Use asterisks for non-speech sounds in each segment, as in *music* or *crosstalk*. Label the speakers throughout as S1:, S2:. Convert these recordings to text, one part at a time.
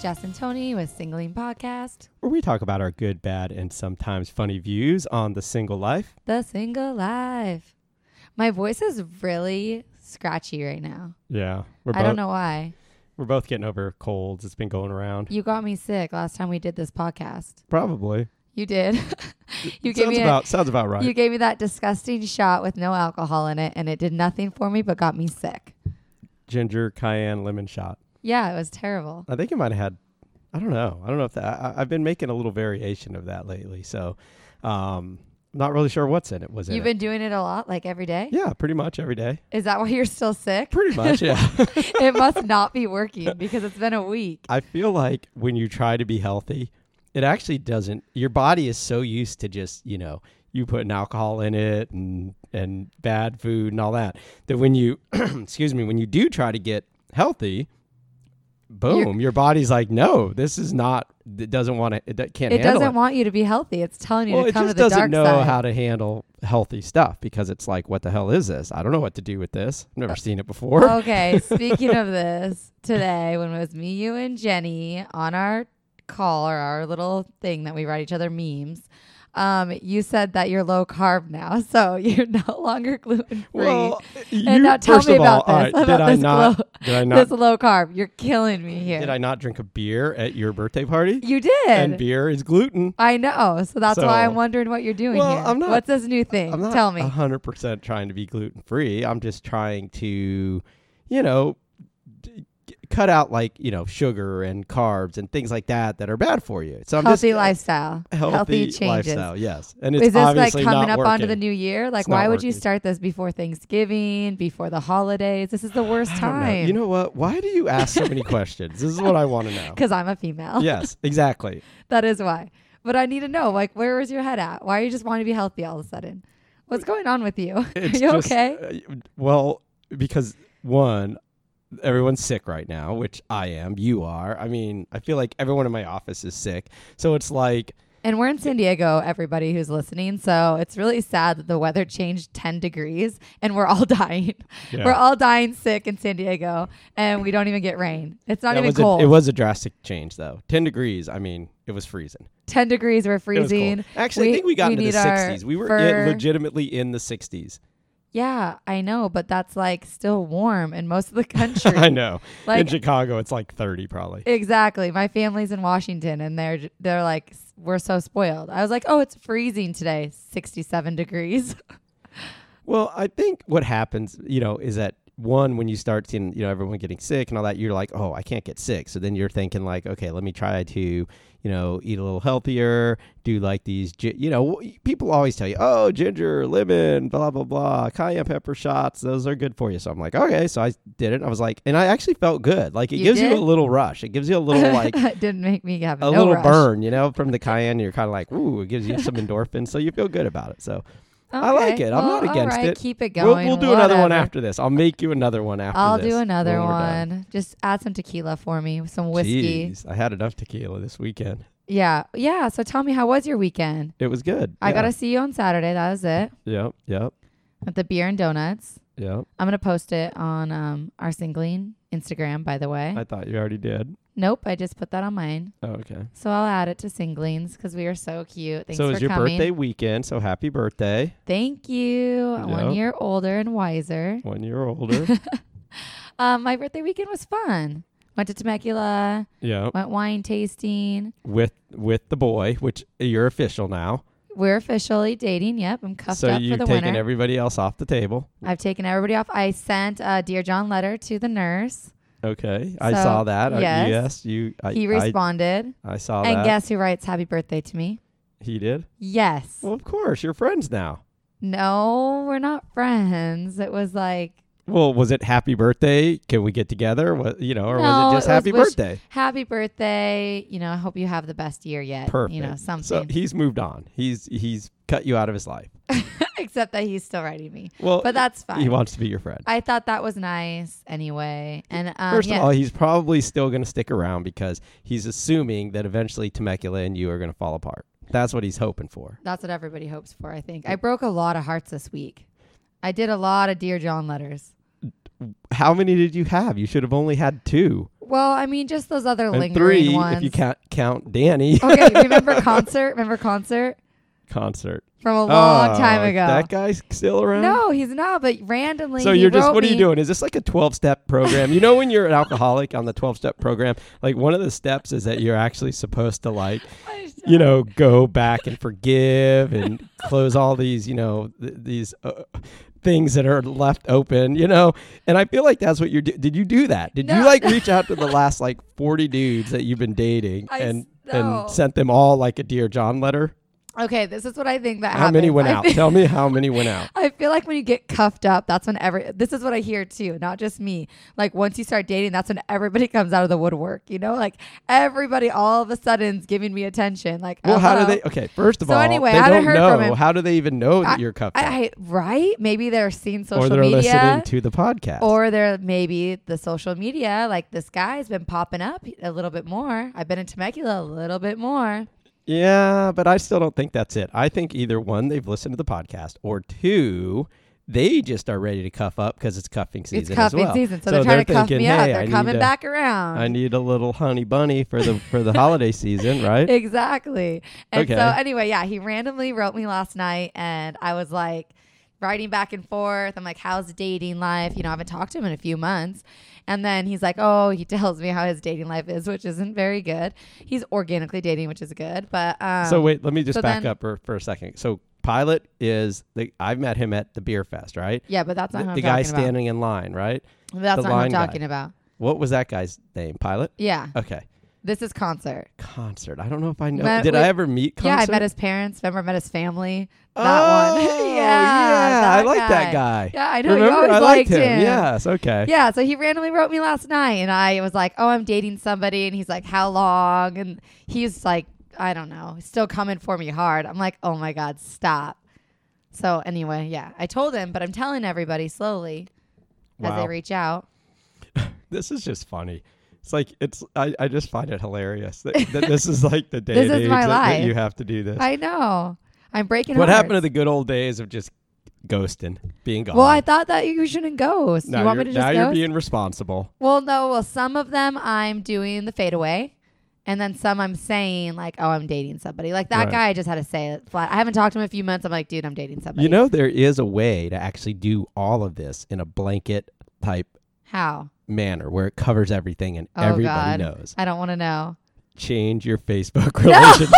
S1: Jess and Tony with Singling Podcast,
S2: where we talk about our good, bad, and sometimes funny views on the single life.
S1: The Single Life. My voice is really scratchy right now.
S2: Yeah, we're
S1: I don't know why.
S2: We're both getting over colds. It's been going around.
S1: You got me sick last time we did this podcast.
S2: Probably.
S1: You did. *laughs* you gave
S2: sounds
S1: me a-
S2: about sounds about right.
S1: you gave me that disgusting shot with no alcohol in it, and it did nothing for me but got me sick.
S2: Ginger, cayenne, lemon shot.
S1: Yeah, it was terrible.
S2: I think I might have had. I don't know. I don't know if that. I, I've been making a little variation of that lately, so um, not really sure what's in it. Was in
S1: You've
S2: it?
S1: been doing it a lot, like every day.
S2: Yeah, pretty much every day.
S1: Is that why you're still sick?
S2: Pretty much, *laughs* yeah.
S1: *laughs* it must not be working because it's been a week.
S2: I feel like when you try to be healthy, it actually doesn't. Your body is so used to just you know you putting alcohol in it and and bad food and all that that when you *clears throat* excuse me when you do try to get healthy, boom, your body's like no, this is not. It doesn't want to. It do- can't.
S1: It
S2: handle
S1: doesn't
S2: it.
S1: want you to be healthy. It's telling you
S2: Well,
S1: to
S2: it
S1: come to
S2: just
S1: the dark
S2: doesn't know
S1: side.
S2: how to handle healthy stuff because it's like, what the hell is this? I don't know what to do with this. I've
S1: Uh,
S2: never seen it before.
S1: okay, speaking of this, today when it was me, you, and Jenny on our call or our little thing that we write each other memes, um, you said that you're low carb now, *laughs* so you're no longer gluten free.
S2: Well, uh, you,
S1: and now tell
S2: first
S1: me
S2: of all,
S1: about
S2: all
S1: this. *laughs*
S2: right,
S1: about
S2: did I
S1: this,
S2: not?
S1: low,
S2: did I not
S1: *laughs* this low carb. You're killing me here.
S2: Did I not drink a beer at your birthday party?
S1: you did.
S2: And beer is gluten.
S1: I know. So that's why I'm
S2: So-
S1: wondering what you're doing
S2: Well,
S1: here.
S2: I'm not-
S1: What's this new thing?
S2: I'm not
S1: Tell me.
S2: 100% trying to be gluten free. I'm just trying to, you know, d- g- cut out like, you know, sugar and carbs and things like that that are bad for you. So I'm
S1: healthy
S2: just, uh,
S1: lifestyle.
S2: Healthy,
S1: changes.
S2: lifestyle, yes. And it's
S1: Is this like
S2: obviously
S1: coming
S2: not
S1: up onto the
S2: working.
S1: new year? Like,
S2: It's not
S1: why would you
S2: working.
S1: start this before Thanksgiving, before the holidays? This is the worst
S2: I don't know.
S1: time.
S2: You know what? Why do you
S1: *laughs*
S2: ask so many questions? This is what I want to know.
S1: because I'm a female.
S2: yes, exactly.
S1: *laughs* that is why. But I need to know, like, where was your head at? Why you just want to be healthy all of a sudden? What's going on with you? *laughs*
S2: It's
S1: Are you
S2: just,
S1: okay?
S2: uh, well, because one, everyone's sick right now, which I am. You are. I mean, I feel like everyone in my office is sick. So it's like,
S1: And we're in San Diego, everybody who's listening. So it's really sad that the weather changed 10 degrees and we're all *laughs* dying.
S2: Yeah.
S1: We're all dying sick in San Diego and we don't even get rain. It's not
S2: that
S1: even
S2: was
S1: cold.
S2: A, it was a drastic change, though. Ten degrees. I mean, it was freezing.
S1: 10 degrees, we're
S2: It was cold.
S1: freezing.
S2: Actually, I think we got into
S1: need
S2: the
S1: our
S2: sixties. We were i-
S1: fur.
S2: legitimately in the sixties. *laughs*
S1: Yeah, I know, but that's like still warm in most
S2: *laughs*
S1: of the country.
S2: I know. in
S1: Like-
S2: Chicago, it's like thirty, probably.
S1: Exactly. My family's in Washington and they're j- they're like "S- we're so spoiled. I was like, "Oh, it's freezing today. 67 degrees." *laughs*
S2: Well, I think what happens, you know, is that one when you start seeing, you know, everyone getting sick and all that, you're like, "Oh, I can't get sick." So then you're thinking like, "Okay, let me try to, you know, eat a little healthier, do like these, gi- you know, wh- people always tell you, "Oh, ginger, lemon, blah blah blah, cayenne pepper shots, those are good for you." So I'm like, "Okay." So I did it. I was like, and I actually felt good. Like it
S1: You
S2: gives you
S1: did?
S2: a little rush. It gives you a little
S1: *laughs*
S2: Oh, like
S1: it didn't make me have no
S2: a little
S1: rush.
S2: burn, you know, from the cayenne. You're kind of like, "Ooh," it gives you some endorphins, so you feel good about it. So I
S1: Okay.
S2: like it. I'm
S1: Well,
S2: not against
S1: all right,
S2: it.
S1: Keep it
S2: We'll,
S1: going.
S2: we'll do another one
S1: whatever.
S2: after this. I'll make you another one after
S1: I'll
S2: this.
S1: do another
S2: when we're done.
S1: one. Just add some tequila for me, with some whiskey.
S2: Jeez, I had enough tequila this weekend.
S1: Yeah. Yeah, so tell me how was your weekend?
S2: It was good.
S1: I got to see you on Saturday. That was it.
S2: Yep, yep,
S1: At the beer and donuts.
S2: yep.
S1: I'm gonna post it on um, our singling Instagram, by the way.
S2: I thought you already did.
S1: nope, I just put that on mine.
S2: Oh, okay.
S1: So I'll add it to singlings because we are so cute. Thanks
S2: so it
S1: for
S2: was your
S1: coming.
S2: birthday weekend. So happy birthday.
S1: Thank you. I'm One
S2: Yep.
S1: year older and wiser.
S2: One year
S1: *laughs*
S2: older.
S1: Um, my birthday weekend was fun. Went to Temecula.
S2: yeah.
S1: Went wine tasting.
S2: With with the boy, which you're official now.
S1: We're officially dating. Yep, I'm cuffed
S2: so
S1: up for
S2: you've
S1: the
S2: taken
S1: winter.
S2: everybody else off the table.
S1: I've taken everybody off. I sent a dear John letter to the nurse.
S2: Okay. I
S1: So,
S2: saw that. Uh,
S1: yes.
S2: yes, you I,
S1: he responded,
S2: I, I saw
S1: and
S2: that.
S1: guess who writes happy birthday to me?
S2: he did?
S1: Yes.
S2: Well, of course, you're friends now.
S1: no, we're not friends. It was like
S2: Well, was it happy birthday? Can we get together? What you know, or
S1: No,
S2: was it just
S1: it was
S2: happy
S1: wish-
S2: birthday?
S1: happy birthday. You know, I hope you have the best year yet.
S2: Perfect.
S1: You know,
S2: So
S1: something.
S2: he's moved on. He's he's cut you out of his life.
S1: *laughs* Except that he's still writing me,
S2: Well,
S1: but that's
S2: he
S1: fine.
S2: wants to be your friend.
S1: I thought that was nice anyway. And um,
S2: First
S1: yeah,
S2: of all, he's probably still going to stick around because he's assuming that eventually Temecula and you are going to fall apart. That's what he's hoping for.
S1: that's what everybody hopes for. I think I broke a lot of hearts this week. I did a lot of dear John letters.
S2: How many did you have? You should have only had two.
S1: Well, I mean, just those other
S2: And
S1: lingering
S2: three,
S1: ones.
S2: if you count, count Danny
S1: *laughs*
S2: *laughs*
S1: okay, remember concert? Remember concert
S2: concert
S1: from a long
S2: Oh,
S1: time ago?
S2: That guy's still around.
S1: no, he's not. But randomly,
S2: So
S1: he
S2: you're just
S1: wrote
S2: what are you
S1: me-
S2: doing? Is this like a 12 step program? You know when you're an alcoholic on the 12 step program, like one of the steps is that you're actually supposed to like, you know, go back and forgive and close all these, you know, th- these uh, things that are left open, you know. And I feel like that's what you're do- did you do that? Did you
S1: No.
S2: like reach out to the last like 40 dudes that you've been dating
S1: I s-
S2: and
S1: no.
S2: and sent them all like a dear John letter?
S1: Okay, this is what I think that
S2: How many
S1: happens.
S2: went
S1: I
S2: out?
S1: think-
S2: Tell me how many went out.
S1: I feel like when you get cuffed up, that's when every this is what I hear too, not just me. Like once you start dating, that's when everybody *laughs* comes out of the woodwork, you know? Like everybody all of a sudden's giving me attention. Like
S2: Well,
S1: oh,
S2: how do
S1: hello.
S2: they? Okay, first of
S1: So
S2: all,
S1: anyway,
S2: they
S1: I haven't
S2: don't
S1: heard from
S2: know.
S1: him.
S2: How do they even know that
S1: I-
S2: you're cuffed up?
S1: I, right? Maybe they're seeing social
S2: or they're
S1: media.
S2: listening to the podcast?
S1: Or there maybe the social media, like this guy's been popping up a little bit more. I've been in Temecula a little bit more.
S2: yeah, but I still don't think that's it. I think either one, they've listened to the podcast, or two, they just are ready to cuff up because it's cuffing season.
S1: It's cuffing
S2: as well.
S1: season, so, they're trying to cuff
S2: thinking,
S1: me up.
S2: "Hey,
S1: They're
S2: I need
S1: coming
S2: a-
S1: back around.
S2: I need a little honey bunny for the
S1: *laughs*
S2: for the holiday season, *laughs* right?
S1: exactly. And so
S2: Okay.
S1: anyway, yeah, he randomly wrote me last night and I was like writing back and forth. I'm like, how's dating life? You know, I haven't talked to him in a few months. And then he's like, oh, he *laughs* tells me how his dating life is, which isn't very good. He's organically dating, which is good. But um,
S2: so wait, let me just
S1: so
S2: back
S1: then-
S2: up for, for a second. So Pilot is the I've met him at the beer fest, right?
S1: yeah, but that's not
S2: the
S1: who I'm
S2: the guy
S1: talking about.
S2: standing in line, right?
S1: That's not
S2: the
S1: who I'm
S2: line guy. Uh,
S1: talking about.
S2: What was that guy's name? Pilot.
S1: Yeah,
S2: Okay.
S1: this is concert.
S2: concert. I don't know if I know.
S1: Met
S2: Did
S1: with-
S2: I ever meet concert?
S1: Yeah, I met his parents. Remember, I met his family. That
S2: oh,
S1: one. *laughs* yeah,
S2: yeah, I
S1: that
S2: like that guy.
S1: Yeah, I know.
S2: Remember,
S1: you always
S2: I liked, him.
S1: him.
S2: Yes. Okay.
S1: Yeah, so he randomly wrote me last night, and I was like, "Oh, I'm dating somebody," and he's like, "How long?" And he's like, "I don't know, still coming for me hard." I'm like, "Oh my god, stop!" So anyway, yeah, I told him, but I'm telling everybody slowly as
S2: Wow.
S1: they reach out.
S2: This is just funny. It's like it's. I, I just find it hilarious that, that
S1: *laughs*
S2: this is like the day
S1: This
S2: and
S1: is
S2: age
S1: my
S2: that, that
S1: life.
S2: you have to do this.
S1: I know I'm breaking.
S2: what happened to
S1: hearts.
S2: the good old days of just ghosting, being gone?
S1: Well, I thought that you shouldn't ghost.
S2: now
S1: you want me
S2: you're-
S1: to
S2: now
S1: just
S2: you're
S1: ghost?
S2: being responsible.
S1: Well, no. Well, some of them I'm doing the fadeaway, and then some I'm saying like, "Oh, I'm dating somebody." Like that
S2: Right.
S1: guy, I just had to say it flat. I haven't talked to him in a few months. I'm like, "Dude, I'm dating somebody."
S2: You know there is a way to actually do all of this in a blanket type
S1: how?
S2: manner where it covers everything and
S1: Oh
S2: everybody
S1: God,
S2: knows.
S1: I don't want to
S2: *laughs*
S1: know.
S2: Change your Facebook
S1: *laughs*
S2: *laughs* relationship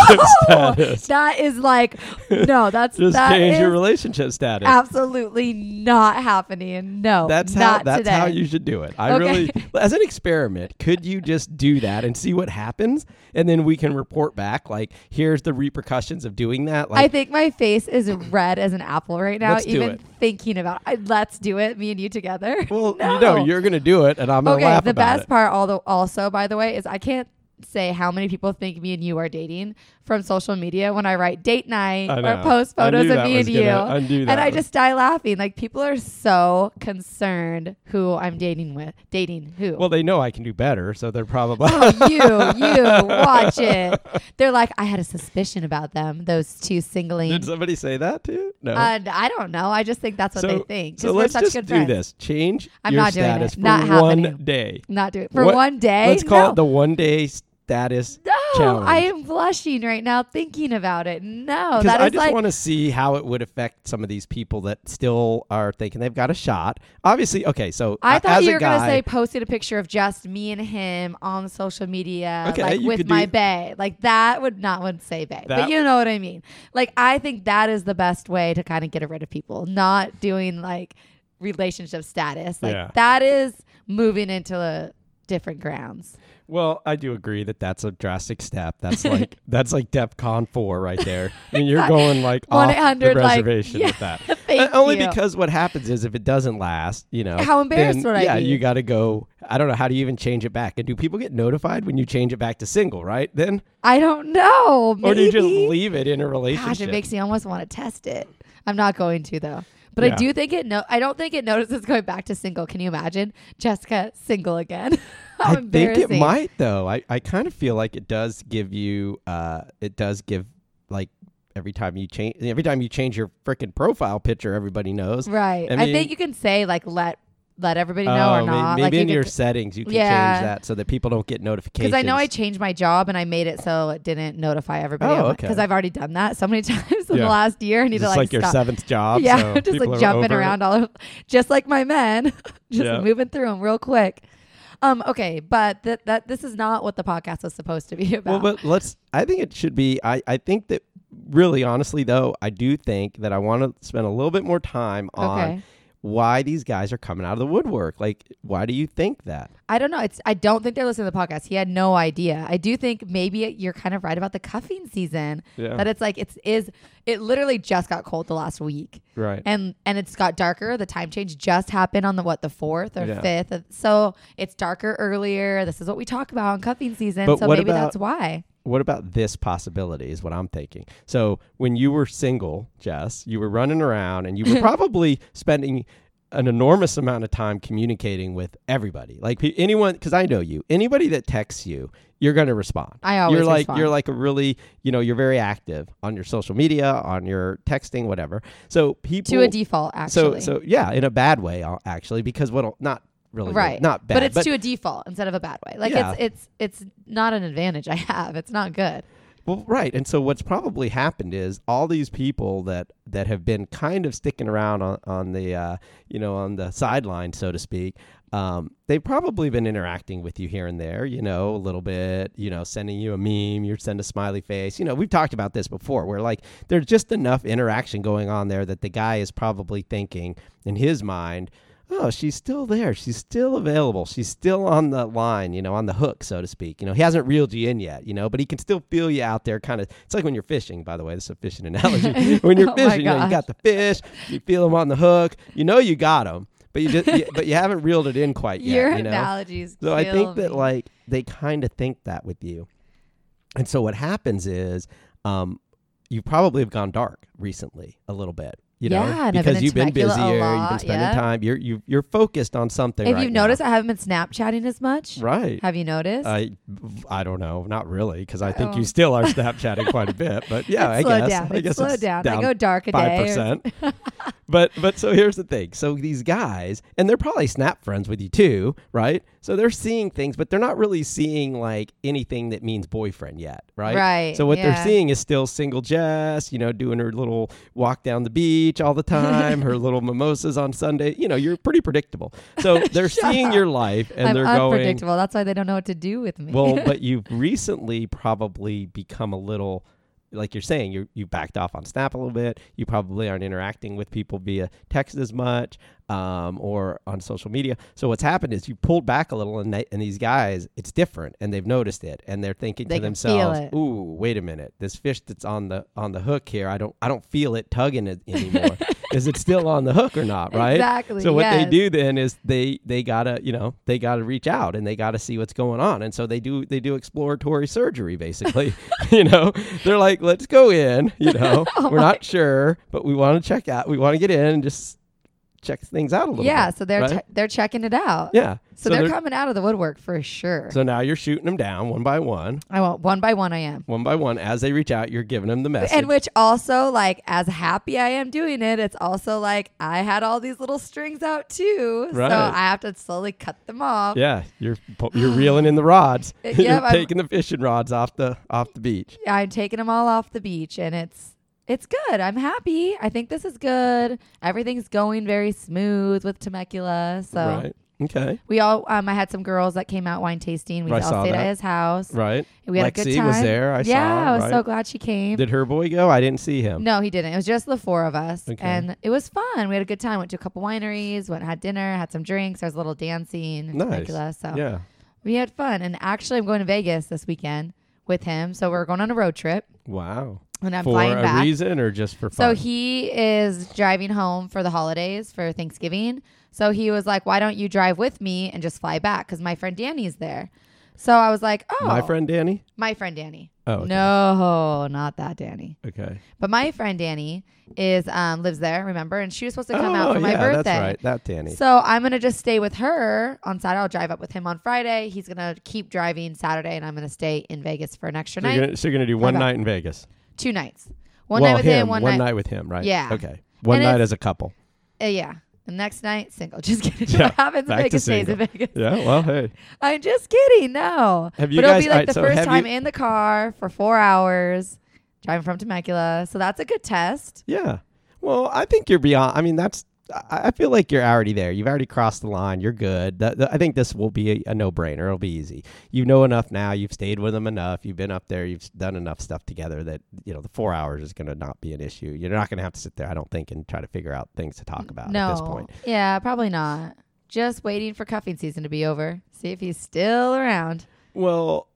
S2: status.
S1: Oh, That is like,
S2: *laughs*
S1: no, that's
S2: Just
S1: that
S2: change your
S1: is
S2: relationship status.
S1: absolutely not happening. No,
S2: that's how
S1: not
S2: that's
S1: today.
S2: how you should do it. I
S1: Okay. *laughs*
S2: really as an experiment, could you just do that and see what happens and then we can report back like here's the repercussions of doing that
S1: I
S2: like
S1: think my face is red as an apple right now.
S2: Let's do
S1: even
S2: it.
S1: thinking about, I, let's do it, me and you together. *laughs*
S2: well, you know, you're going to do it and I'm going to
S1: okay
S2: laugh
S1: the
S2: about
S1: best
S2: it.
S1: part although also by the way is i can't say how many people think me and you are dating from social media when i write date night
S2: I
S1: or
S2: know.
S1: post
S2: I knew
S1: photos of
S2: that
S1: me
S2: was
S1: and you
S2: gonna- I knew that
S1: and i
S2: was-
S1: just die laughing like people are so concerned who i'm dating with dating who
S2: Well, they know I can do better, so they're probably
S1: *laughs* Oh, you, you, watch it. They're like, I had a suspicion about them, those two singling.
S2: *laughs* Did somebody say that to you? No.
S1: and I don't know. I just think that's Uh, what they think. 'cause
S2: uh, so
S1: we're
S2: let's
S1: such
S2: just
S1: good
S2: do
S1: friends.
S2: this. Change
S1: I'm
S2: your
S1: not doing it.
S2: status for
S1: Not
S2: one
S1: happening.
S2: day.
S1: Not do it for
S2: What-
S1: one day.
S2: Let's call
S1: No.
S2: it the one day status
S1: No,
S2: challenge.
S1: I am blushing right now thinking about it. No,
S2: Because
S1: that
S2: I
S1: is
S2: just
S1: like
S2: want to see how it would affect some of these people that still are thinking they've got a shot. Obviously, okay, so
S1: I
S2: a-
S1: thought
S2: uh, as
S1: you
S2: a
S1: were
S2: guy,
S1: gonna say posting a picture of just me and him on social media,
S2: Okay,
S1: like
S2: you
S1: with
S2: could do-
S1: my bae. Like that would not would say bae, but
S2: That-
S1: you know what I mean. Like I think that is the best way to kind of get rid of people, not doing like relationship status. Like
S2: Yeah.
S1: that is moving into the different grounds.
S2: well, I do agree that that's a drastic step.
S1: *laughs*
S2: That's like that's like DEFCON four right there. I mean, you're going like off the
S1: 1-800, like,
S2: reservation
S1: yeah,
S2: with that.
S1: *laughs* Thank
S2: Uh, only
S1: you.
S2: because what happens is if it doesn't last, you know,
S1: How embarrassed
S2: then,
S1: would I
S2: Yeah,
S1: be?
S2: you got to go. I don't know how do you even change it back. And do people get notified when you change it back to single? Right then,
S1: I don't know.
S2: or do you just
S1: maybe.
S2: leave it in a relationship?
S1: Gosh, it makes me almost want to test it. I'm not going to though. But
S2: Yeah.
S1: I do think it no I don't think it notices going back to single. Can you imagine? Jessica single again. *laughs* How
S2: I think it
S1: embarrassing.
S2: might though. I, I kind of feel like it does give you uh it does give like every time you change every time you change your freaking profile picture everybody knows.
S1: Right.
S2: I
S1: I,
S2: mean-
S1: think you can say like let let everybody know or
S2: Oh, may-
S1: not.
S2: Maybe
S1: like you
S2: in
S1: could
S2: your
S1: c-
S2: settings you can
S1: Yeah.
S2: change that so that people don't get notifications.
S1: because I know I changed my job and I made it so it didn't notify everybody.
S2: Oh, okay.
S1: Because I've already done that so many *laughs* times in
S2: Yeah.
S1: the last year. I need
S2: It's
S1: to
S2: like,
S1: like,
S2: your
S1: stop.
S2: seventh job.
S1: yeah, *laughs*
S2: so
S1: just
S2: people
S1: like
S2: are
S1: jumping
S2: over it.
S1: around all over, just like my men, *laughs* just
S2: Yeah.
S1: moving through them real quick. Um, okay, but that that this is not what the podcast was supposed to be *laughs*
S2: Well,
S1: about.
S2: but let's. I think it should be. I I think that really honestly though, I do think that I want to spend a little bit more time on
S1: Okay.
S2: why these guys are coming out of the woodwork. Like, why do you think that?
S1: I don't know. It's I don't think they're listening to the podcast. He had no idea. I do think maybe you're kind of right about the cuffing season.
S2: Yeah.
S1: That it's like it's is it literally just got cold the last week.
S2: Right.
S1: and and it's got darker. The time change just happened on the what the fourth or
S2: Yeah.
S1: fifth, Uh, so it's darker earlier. This is what we talk about on cuffing season,
S2: But
S1: so
S2: what
S1: maybe
S2: about-
S1: that's why.
S2: what about this possibility is what I'm thinking. So when you were single, Jess, you were running around
S1: *laughs*
S2: and you were probably spending an enormous amount of time communicating with everybody. Like pe- anyone, because I know you, anybody that texts you, you're going to respond.
S1: I always
S2: you're like
S1: respond.
S2: you're like a really you know you're very active on your social media, on your texting, whatever. So people
S1: To a default, actually.
S2: So so yeah, in a bad way uh, actually, because what'll not really
S1: right,
S2: not bad,
S1: but it's to a default instead of a bad way. Like
S2: Yeah.
S1: it's it's it's not an advantage I have. It's not good.
S2: Well, right, and so what's probably happened is all these people that that have been kind of sticking around on, on the uh, you know on the sideline, so to speak. Um, they've probably been interacting with you here and there, you know, a little bit, you know, sending you a meme, you send a smiley face. You know, we've talked about this before where like there's just enough interaction going on there that the guy is probably thinking in his mind, oh, she's still there. She's still available. She's still on the line, you know, on the hook, so to speak. You know, he hasn't reeled you in yet, you know, but he can still feel you out there kind of. It's like when you're fishing, by the way. This is a
S1: *laughs*
S2: fishing *laughs* analogy. when you're
S1: Oh my
S2: fishing, you, know, you
S1: gosh.
S2: got the fish, you feel him on the hook, you know, you got him. But you, just, you, but you haven't reeled it in quite yet.
S1: Your
S2: you know?
S1: analogies.
S2: So I
S1: kill
S2: think that
S1: me.
S2: like they kind of think that with you, and so what happens is, um, you probably have gone dark recently a little bit. You know,
S1: Yeah, and I've been
S2: because you've been
S1: intimate a
S2: busier, you've been
S1: lot,
S2: spending
S1: yeah.
S2: time. You're you you're focused on something.
S1: if
S2: right
S1: you've
S2: now.
S1: noticed, I haven't been Snapchatting as much.
S2: right? Uh,
S1: Have you noticed?
S2: I I don't know, not really, because I think
S1: Oh.
S2: you still
S1: *laughs*
S2: are Snapchatting quite a bit. But yeah,
S1: it's
S2: I
S1: slowed
S2: guess
S1: down.
S2: I
S1: It's
S2: guess
S1: slowed
S2: it's
S1: down. I go dark a
S2: five
S1: day. or-
S2: percent. *laughs* but but so here's the thing. So these guys, and they're probably snap friends with you too, right? So they're seeing things, but they're not really seeing like anything that means boyfriend yet, right?
S1: Right,
S2: So what they're
S1: yeah.
S2: seeing is still single Jess, you know, doing her little walk down the
S1: *laughs*
S2: beach all the time, her little mimosas on Sunday. You know, you're pretty predictable.
S1: *laughs*
S2: So they're
S1: Shut
S2: seeing
S1: up.
S2: your life, and
S1: I'm
S2: they're going.
S1: unpredictable. That's why they don't know what to do with *laughs* me.
S2: Well, but you've recently probably become a little like you're saying, you you backed off on Snap a little bit. You probably aren't interacting with people via text as much um, or on social media. So what's happened is you pulled back a little, and they, and these guys, it's different, and they've noticed it, and they're thinking
S1: They
S2: to
S1: can feel
S2: themselves,
S1: it.
S2: "Ooh, wait a minute, this fish that's on the on the hook here, I don't I don't feel it tugging it anymore.
S1: *laughs*
S2: is it still on the hook or not? Right?
S1: Exactly,
S2: So what they
S1: yes.
S2: do then is they they gotta you know they gotta reach out and they gotta see what's going on, and so they do they do exploratory surgery
S1: *laughs*
S2: basically. *laughs* you know, they're like, let's go in. You know,
S1: Oh
S2: we're not sure, but we want to check out. We want to get in and just check things out a little.
S1: yeah,
S2: bit,
S1: so they're
S2: right?
S1: che- they're checking it out.
S2: yeah.
S1: So, they're, coming out of the woodwork for sure.
S2: so now you're shooting them down one by one,
S1: I want one by one. I am,
S2: one by one as they reach out. You're giving them the message.
S1: and which also like as happy I am doing it, it's also like I had all these little strings out too,
S2: Right.
S1: so I have to slowly cut them off.
S2: yeah, you're pu-
S1: *gasps*
S2: you're reeling in the rods.
S1: Uh, Yeah,
S2: *laughs* you're
S1: I'm-
S2: taking the fishing rods off the off the beach.
S1: I'm taking them all off the beach, and it's it's good. I'm happy. I think this is good. Everything's going very smooth with Temecula. So
S2: Right. Okay.
S1: we all um, I had some girls that came out wine tasting. We
S2: I saw
S1: all stayed
S2: that.
S1: at his house.
S2: Right.
S1: We had a good
S2: Lexi
S1: time.
S2: was there. I saw,
S1: yeah, I was
S2: right?
S1: so glad she came.
S2: Did her boy go? I didn't see him.
S1: no, he didn't. It was just the four of us,
S2: Um, Okay.
S1: and it was fun. We had a good time. Went to a couple wineries, went and had dinner, had some drinks. There was a little dancing, in
S2: Nice.
S1: Temecula, so
S2: Yeah.
S1: we had fun. And actually, I'm going to Vegas this weekend with him, so we're going on a road trip,
S2: Wow.
S1: and I'm
S2: for
S1: flying
S2: a
S1: back.
S2: reason or just for
S1: So
S2: fun?
S1: he is driving home for the holidays for Thanksgiving. So he was like, "Why don't you drive with me and just fly back?" Because my friend Danny's there. So I was like, "Oh,
S2: My friend Danny.
S1: my friend Danny."
S2: Oh. okay.
S1: No, not that Danny.
S2: Okay.
S1: But my friend Danny is um, lives there, remember? And she was supposed to come
S2: oh,
S1: out for my
S2: yeah,
S1: birthday.
S2: That's right. That Danny.
S1: So I'm gonna just stay with her on Saturday. I'll drive up with him on Friday. He's gonna keep driving Saturday, and I'm gonna stay in Vegas for an extra
S2: So
S1: night,
S2: you're, gonna, so you're gonna do one
S1: back.
S2: night in Vegas.
S1: two nights, one
S2: well,
S1: night with
S2: him,
S1: him, one, night.
S2: with him, right?
S1: Yeah.
S2: Okay. One
S1: And
S2: night
S1: it's-
S2: as a couple.
S1: Uh, yeah, The next night, single. *laughs* Just kidding.
S2: Yeah,
S1: what happens in
S2: back to
S1: Vegas stays in
S2: single.
S1: Vegas.
S2: Yeah. Well, hey.
S1: *laughs* I'm just kidding. No.
S2: Have you
S1: but
S2: guys-
S1: it'll be like
S2: alright,
S1: the
S2: so
S1: first
S2: have
S1: time
S2: you-
S1: in the car for four hours, driving from Temecula. So that's a good test.
S2: Yeah. Well, I think you're beyond. I mean, that's. I I feel like you're already there. You've already crossed the line. You're good. That, that- I think this will be a, a no-brainer. It'll be easy. You know enough now. You've stayed with them enough. You've been up there. You've done enough stuff together that you know the four hours is going to not be an issue. You're not going to have to sit there. I don't think and try to figure out things to talk about
S1: no.
S2: at this point.
S1: Yeah, probably not. Just waiting for cuffing season to be over. See if he's still around.
S2: Well,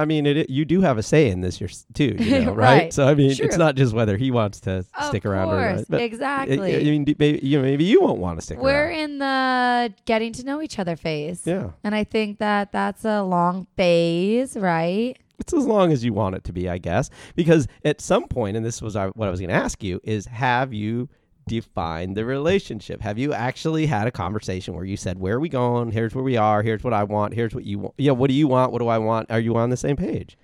S2: I mean, it, you do have a say in this yours- too,
S1: *laughs*
S2: you know, right?
S1: Right.
S2: So I mean,
S1: True.
S2: it's not just whether he wants to
S1: Of
S2: stick around or
S1: course.
S2: not. But,
S1: exactly.
S2: I, I mean, d- maybe you, know, maybe you won't want to stick
S1: We're
S2: around.
S1: in the getting to know each other phase.
S2: yeah.
S1: And I think that that's a long phase, right?
S2: It's as long as you want it to be, I guess. Because at some point, and this was uh, what I was going to ask you, is have you defined the relationship? Have you actually had a conversation where you said, "Where are we going? Here's where we are. Here's what I want. Here's what you want. Yeah, what do you want? What do I want? Are you on the same page?"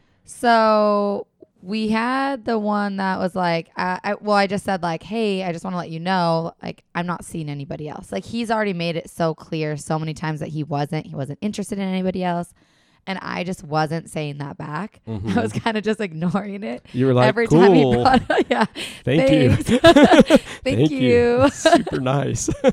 S1: So we had the one that was like, I, I, well, I just said like, hey, I just want to let you know, like, I'm not seeing anybody else. Like, he's already made it so clear so many times that he wasn't, he wasn't interested in anybody else, and I just wasn't saying that back. *laughs* I was kind of just ignoring it
S2: You were Mm-hmm. like,
S1: every
S2: "Cool,
S1: time he brought, *laughs* yeah,
S2: thank you, *laughs*
S1: thanks. *laughs* Thank, you.
S2: super nice." *laughs*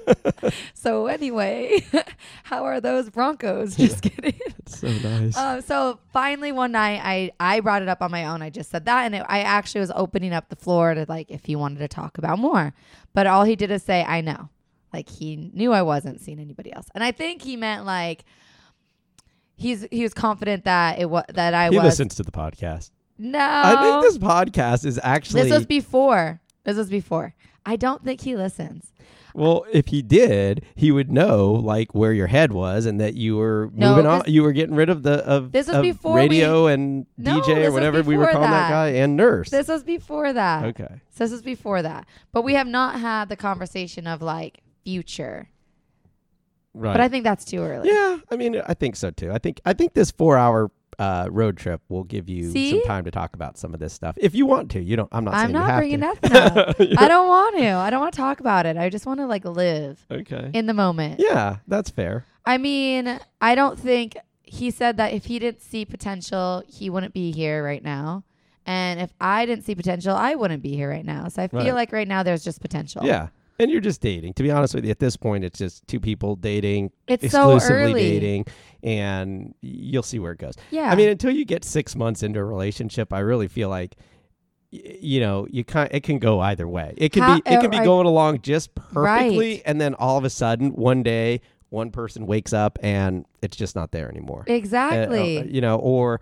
S1: So anyway, *laughs* how are those
S2: *laughs*
S1: Broncos? Just kidding.
S2: so nice.
S1: Um, so finally, one night, I I brought it up on my own. I just said that, and it, I actually was opening up the floor to like if he wanted to talk about more. But all he did is say, "I know." Like he knew I wasn't seeing anybody else, and I think he meant like he's he was confident that it was that I
S2: he
S1: was.
S2: listens to the podcast.
S1: No,
S2: I think this podcast is actually
S1: this was before. This was before. I don't think he listens.
S2: Well, if he did, he would know like where your head was and that you were
S1: No,
S2: moving on.
S1: this-
S2: You were getting rid of the of,
S1: This was
S2: of
S1: before
S2: radio and
S1: No,
S2: DJ
S1: this
S2: or
S1: was
S2: whatever we were
S1: before
S2: calling that,
S1: that.
S2: guy and nurse.
S1: This was before that.
S2: okay.
S1: So this is before that, but we have not had the conversation of like future.
S2: Right.
S1: But I think that's too early.
S2: yeah, I mean I think so too. I think I think this 4-hour uh, road trip will give you some
S1: See?
S2: time to talk about some of this stuff. If you want to. You don't I'm not saying
S1: I'm
S2: you
S1: not
S2: have
S1: bringing
S2: to. *laughs*
S1: nothing up. I don't want to. I don't want to talk about it. I just want to like live
S2: Okay.
S1: in the moment.
S2: yeah, that's fair.
S1: I mean, I don't think he said that if he didn't see potential, he wouldn't be here right now. And if I didn't see potential, I wouldn't be here right now. So I feel
S2: Right.
S1: like right now there's just potential.
S2: Yeah. And you're just dating. To be honest with you, at this point it's just two people dating,
S1: It's so
S2: exclusively
S1: early.
S2: dating, and you'll see where it goes.
S1: Yeah.
S2: I mean, until you get six months into a relationship, I really feel like, y- you know, you can It can go either way. It can
S1: How-
S2: be. It can be
S1: uh, I-
S2: going along just
S1: Right.
S2: perfectly, and then all of a sudden, one day, one person wakes up and it's just not there anymore. Uh,
S1: exactly.
S2: uh, you know, or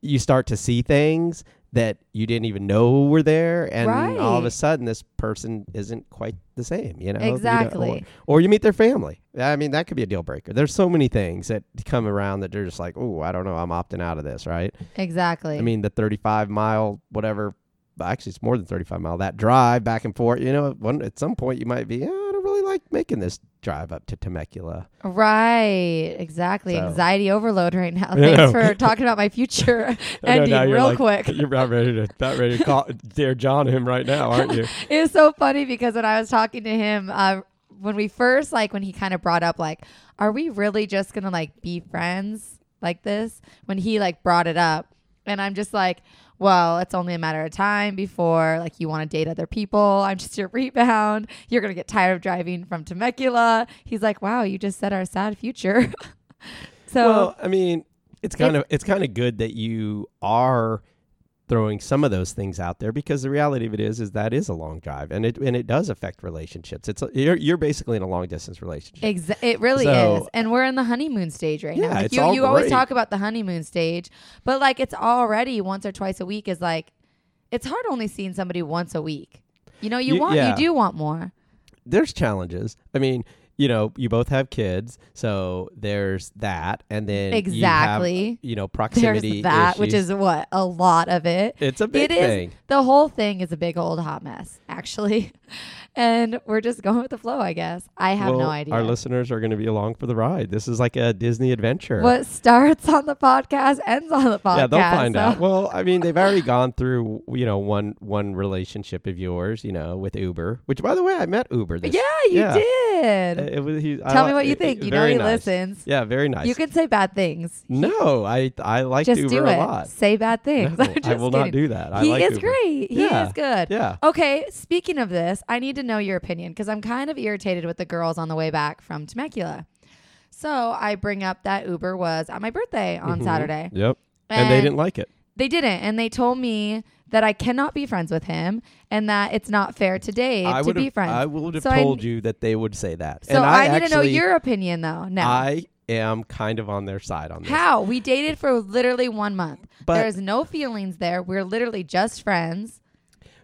S2: you start to see things that you didn't even know were there, and all of a
S1: Right.
S2: sudden, this person isn't quite the same. You know, You know, or-
S1: Exactly.
S2: or, you meet their family. I mean, that could be a deal breaker. There's so many things that come around that they're just like, oh, I don't know, I'm opting out of this, right?
S1: exactly.
S2: I mean, the 35 mile, whatever. well, Actually, it's more than 35 mile. That drive back and forth. You know, at one, at some point you might be. "Eh, I don't really like making this drive up to Temecula.
S1: Right, exactly.
S2: So-
S1: Anxiety overload right
S2: *laughs*
S1: now.
S2: know.
S1: Thanks for talking about my
S2: *laughs*
S1: future ending real quick.
S2: You're about ready to not ready to call *laughs* dear John him right now, aren't you?
S1: It was so funny because when I was talking to him, uh, when we first like when he kind of brought up like, are we really just gonna like be friends like this? When he like brought it up, and I'm just like, well, it's only a matter of time before like you want to date other people. I'm just your rebound. You're gonna get tired of driving from Temecula. He's like, wow, you just said our sad future. *laughs* so.
S2: *laughs* well, I mean, it's kind of it's kind of good that you are throwing some of those things out there because the reality of it is is that is a long drive and it and it does affect relationships. It's a, you're you're basically in a long distance relationship.
S1: Exa- it really
S2: So-
S1: is. And we're in the honeymoon stage right
S2: Yeah,
S1: now. Like
S2: it's
S1: you
S2: all
S1: you always
S2: great.
S1: talk about the honeymoon stage, but like it's already once or twice a week is like it's hard only seeing somebody once a week. You know, you,
S2: You-
S1: want
S2: yeah.
S1: you do want more. *laughs*
S2: there's challenges. I mean, you know, you both have kids, so there's that, and then you have,
S1: Exactly.
S2: you know,
S1: There's
S2: proximity
S1: that,
S2: issues.
S1: which is what a lot of it.
S2: it's a
S1: it
S2: big
S1: is
S2: thing.
S1: the whole thing is a big old hot mess, actually. *laughs* and we're just going with the flow, I guess. I have
S2: well,
S1: no idea.
S2: Our listeners are going to be along for the ride. This is like a Disney adventure.
S1: what starts on the podcast ends on the podcast.
S2: yeah, they'll find
S1: so-
S2: out. Well, I mean, they've already gone through, you know, one one relationship of yours, you know, with Uber. Which, by the way, I met Uber. This
S1: *laughs* yeah, you
S2: Yeah.
S1: did.
S2: It was, he, I
S1: Tell
S2: li-
S1: me what you
S2: it-
S1: think.
S2: it-
S1: you know
S2: very
S1: he
S2: nice.
S1: listens.
S2: Yeah, very nice.
S1: You can say bad things.
S2: no, I I like
S1: Just
S2: Uber
S1: do it.
S2: a lot.
S1: Say bad things. *laughs*
S2: No,
S1: I'm just
S2: I will not
S1: kidding.
S2: do that. I
S1: he
S2: like
S1: is
S2: Uber.
S1: great. He
S2: Yeah.
S1: is good.
S2: Yeah.
S1: Okay, speaking of this, I need to know your opinion because I'm kind of irritated with the girls on the way back from Temecula. So I bring up that Uber was at my birthday on
S2: Mhm.
S1: Saturday.
S2: Yep. And, they
S1: And-
S2: didn't like it.
S1: They didn't, and they told me that I cannot be friends with him and that it's not fair to Dave
S2: I
S1: to
S2: would
S1: be
S2: have.
S1: friends.
S2: I would have
S1: So I-
S2: told you that they would say that.
S1: so
S2: and
S1: I,
S2: I,
S1: need
S2: actually,
S1: to know your opinion though. Now,
S2: I am kind of on their side on this.
S1: how we dated for literally one month.
S2: But-
S1: there is no feelings there. We're literally just friends.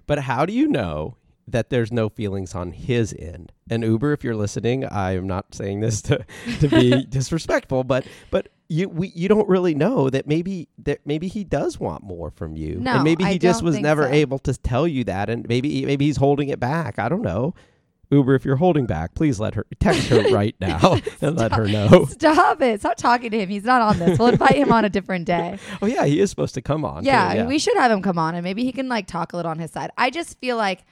S2: But how do you know that there's no feelings on his end? And Uber, if you're listening, I am not saying this to,
S1: *laughs*
S2: to be disrespectful, but but you we, you don't really know that maybe that maybe he does want more from you,
S1: No,
S2: and maybe
S1: I
S2: he just
S1: don't
S2: was
S1: think
S2: never
S1: so.
S2: able to tell you that, and maybe maybe he's holding it back. I don't know. Uber, if you're holding back, please let her
S1: *laughs*
S2: text her right now and let her know.
S1: Stop it. Stop talking to him. He's not on this. We'll invite him on a different day.
S2: Oh yeah, he is supposed to come on. too,
S1: Yeah, I mean, we should have him come on and maybe he can like talk a little on his side. I just feel like,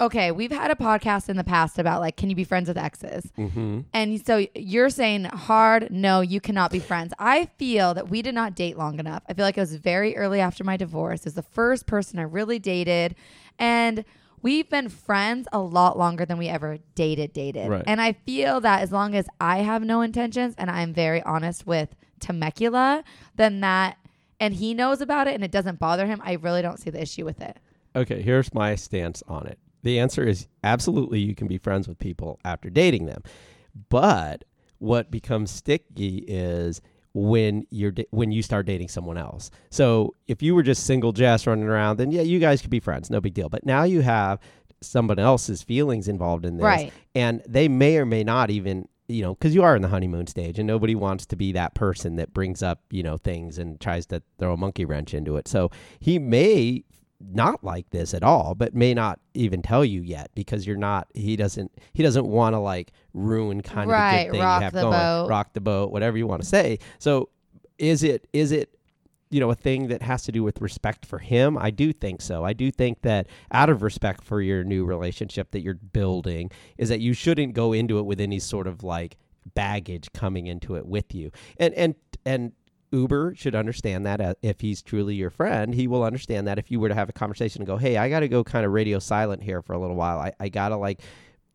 S1: okay, we've had a podcast in the past about like, can you be friends with exes?
S2: Mhm.
S1: And so you're saying hard, no, you cannot be friends. I feel that we did not date long enough. I feel like it was very early after my divorce. It was the first person I really dated. And we've been friends a lot longer than we ever dated, dated.
S2: Right.
S1: And I feel that as long as I have no intentions and I'm very honest with Temecula, then that, and he knows about it and it doesn't bother him, I really don't see the issue with it.
S2: Okay, here's my stance on it. The answer is absolutely you can be friends with people after dating them. But what becomes sticky is when you're da- when you start dating someone else. So if you were just single Jess running around, then yeah, you guys could be friends, no big deal. But now you have someone else's feelings involved in this,
S1: Right.
S2: and they may or may not even you know because you are in the honeymoon stage and nobody wants to be that person that brings up you know things and tries to throw a monkey wrench into it so he may not like this at all but may not even tell you yet because you're not he doesn't he doesn't want to like ruin kind of the
S1: Right,
S2: good thing
S1: rock
S2: you have
S1: the
S2: going
S1: boat.
S2: rock the boat whatever you want to say so is it is it you know a thing that has to do with respect for him i do think so i do think that out of respect for your new relationship that you're building is that you shouldn't go into it with any sort of like baggage coming into it with you and and and uber should understand that uh, if he's truly your friend he will understand that if you were to have a conversation and go hey i gotta go kind of radio silent here for a little while i, I gotta like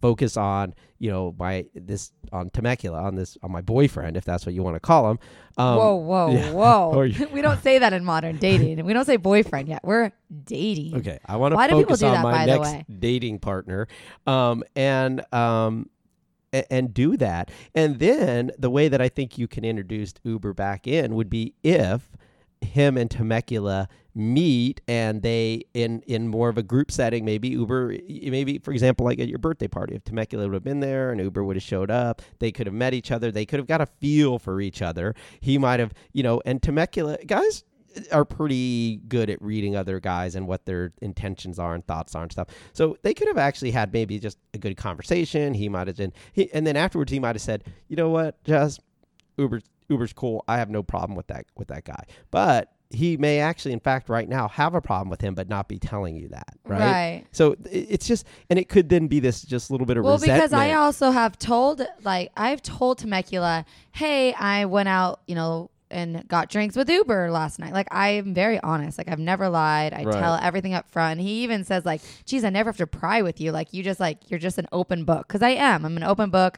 S2: focus on you know my this on temecula on this on my boyfriend if that's what you want to call him um,
S1: whoa, whoa,
S2: yeah. *laughs*
S1: whoa.
S2: Or you-
S1: *laughs* we don't say that in modern dating. We don't say boyfriend yet. We're dating.
S2: Okay, I want to
S1: Why do people
S2: focus
S1: do
S2: on
S1: that,
S2: my
S1: by the
S2: next
S1: way?
S2: dating partner, um, and um, a- and do that. And then the way that I think you can introduce Uber back in would be if him and Temecula meet and they in in more of a group setting maybe uber y- maybe for example like at your birthday party if temecula would have been there and uber would have showed up they could have met each other they could have got a feel for each other he might have you know and temecula guys are pretty good at reading other guys and what their intentions are and thoughts are and stuff. So they could have actually had maybe just a good conversation. He might have been, he, and then afterwards he might have said, "You know what, Jess, Uber's Uber's cool. I have no problem with that with that guy." But he may actually, in fact, right now have a problem with him, but not be telling you that, right?
S1: right.
S2: So it- it's just, and it could then be this just little bit of
S1: Well,
S2: resentment.
S1: because I also have told, like, I've told Temecula, hey, I went out, you know, and got drinks with Uber last night. Like, I'm very honest. Like, I've never lied. I
S2: Right.
S1: tell everything up front. He even says, like, geez, I never have to pry with you. Like, you just, like, you're just an open book. Cause I am. I'm an open book.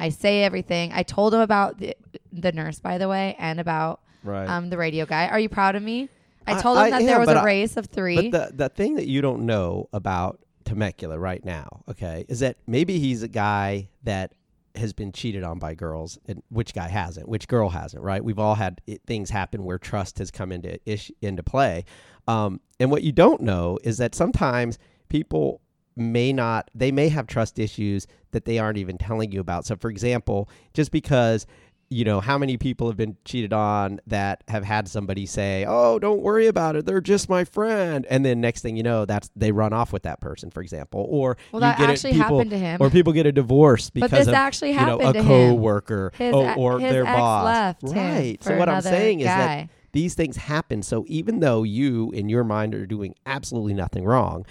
S1: I say everything. I told him about the, the nurse, by the way, and about
S2: right.
S1: um, the radio guy. Are you proud of me? I
S2: I-
S1: told him
S2: I
S1: that
S2: am,
S1: there was
S2: but
S1: a
S2: I-
S1: race of three.
S2: But the the thing that you don't know about Temecula right now, okay, is that maybe he's a guy that has been cheated on by girls, and which guy hasn't, which girl hasn't, right? We've all had it, things happen where trust has come into ish, into play, um, and what you don't know is that sometimes people may not they may have trust issues that they aren't even telling you about. So, for example, just because you know, how many people have been cheated on that have had somebody say, "Oh, don't worry about it. They're just my friend," and then next thing you know, that's they run off with that person, for example, or
S1: Well,
S2: you
S1: that
S2: get it-
S1: actually
S2: people-
S1: happened to him.
S2: or people get a divorce because
S1: this
S2: of
S1: actually
S2: you know,
S1: happened to
S2: a
S1: him.
S2: coworker
S1: His
S2: or,
S1: ex-
S2: or
S1: his
S2: their
S1: ex
S2: boss,
S1: left him
S2: right? so
S1: for
S2: what I'm
S1: another
S2: saying is that
S1: guy.
S2: these things happen. So even though you, in your mind, are doing absolutely nothing wrong,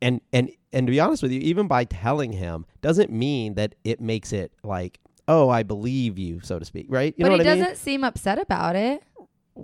S2: and and and to be honest with you, even by telling him doesn't mean that it makes it like, oh, I believe you, so to speak, right? You
S1: but
S2: know
S1: he
S2: what I mean?
S1: doesn't seem upset about it.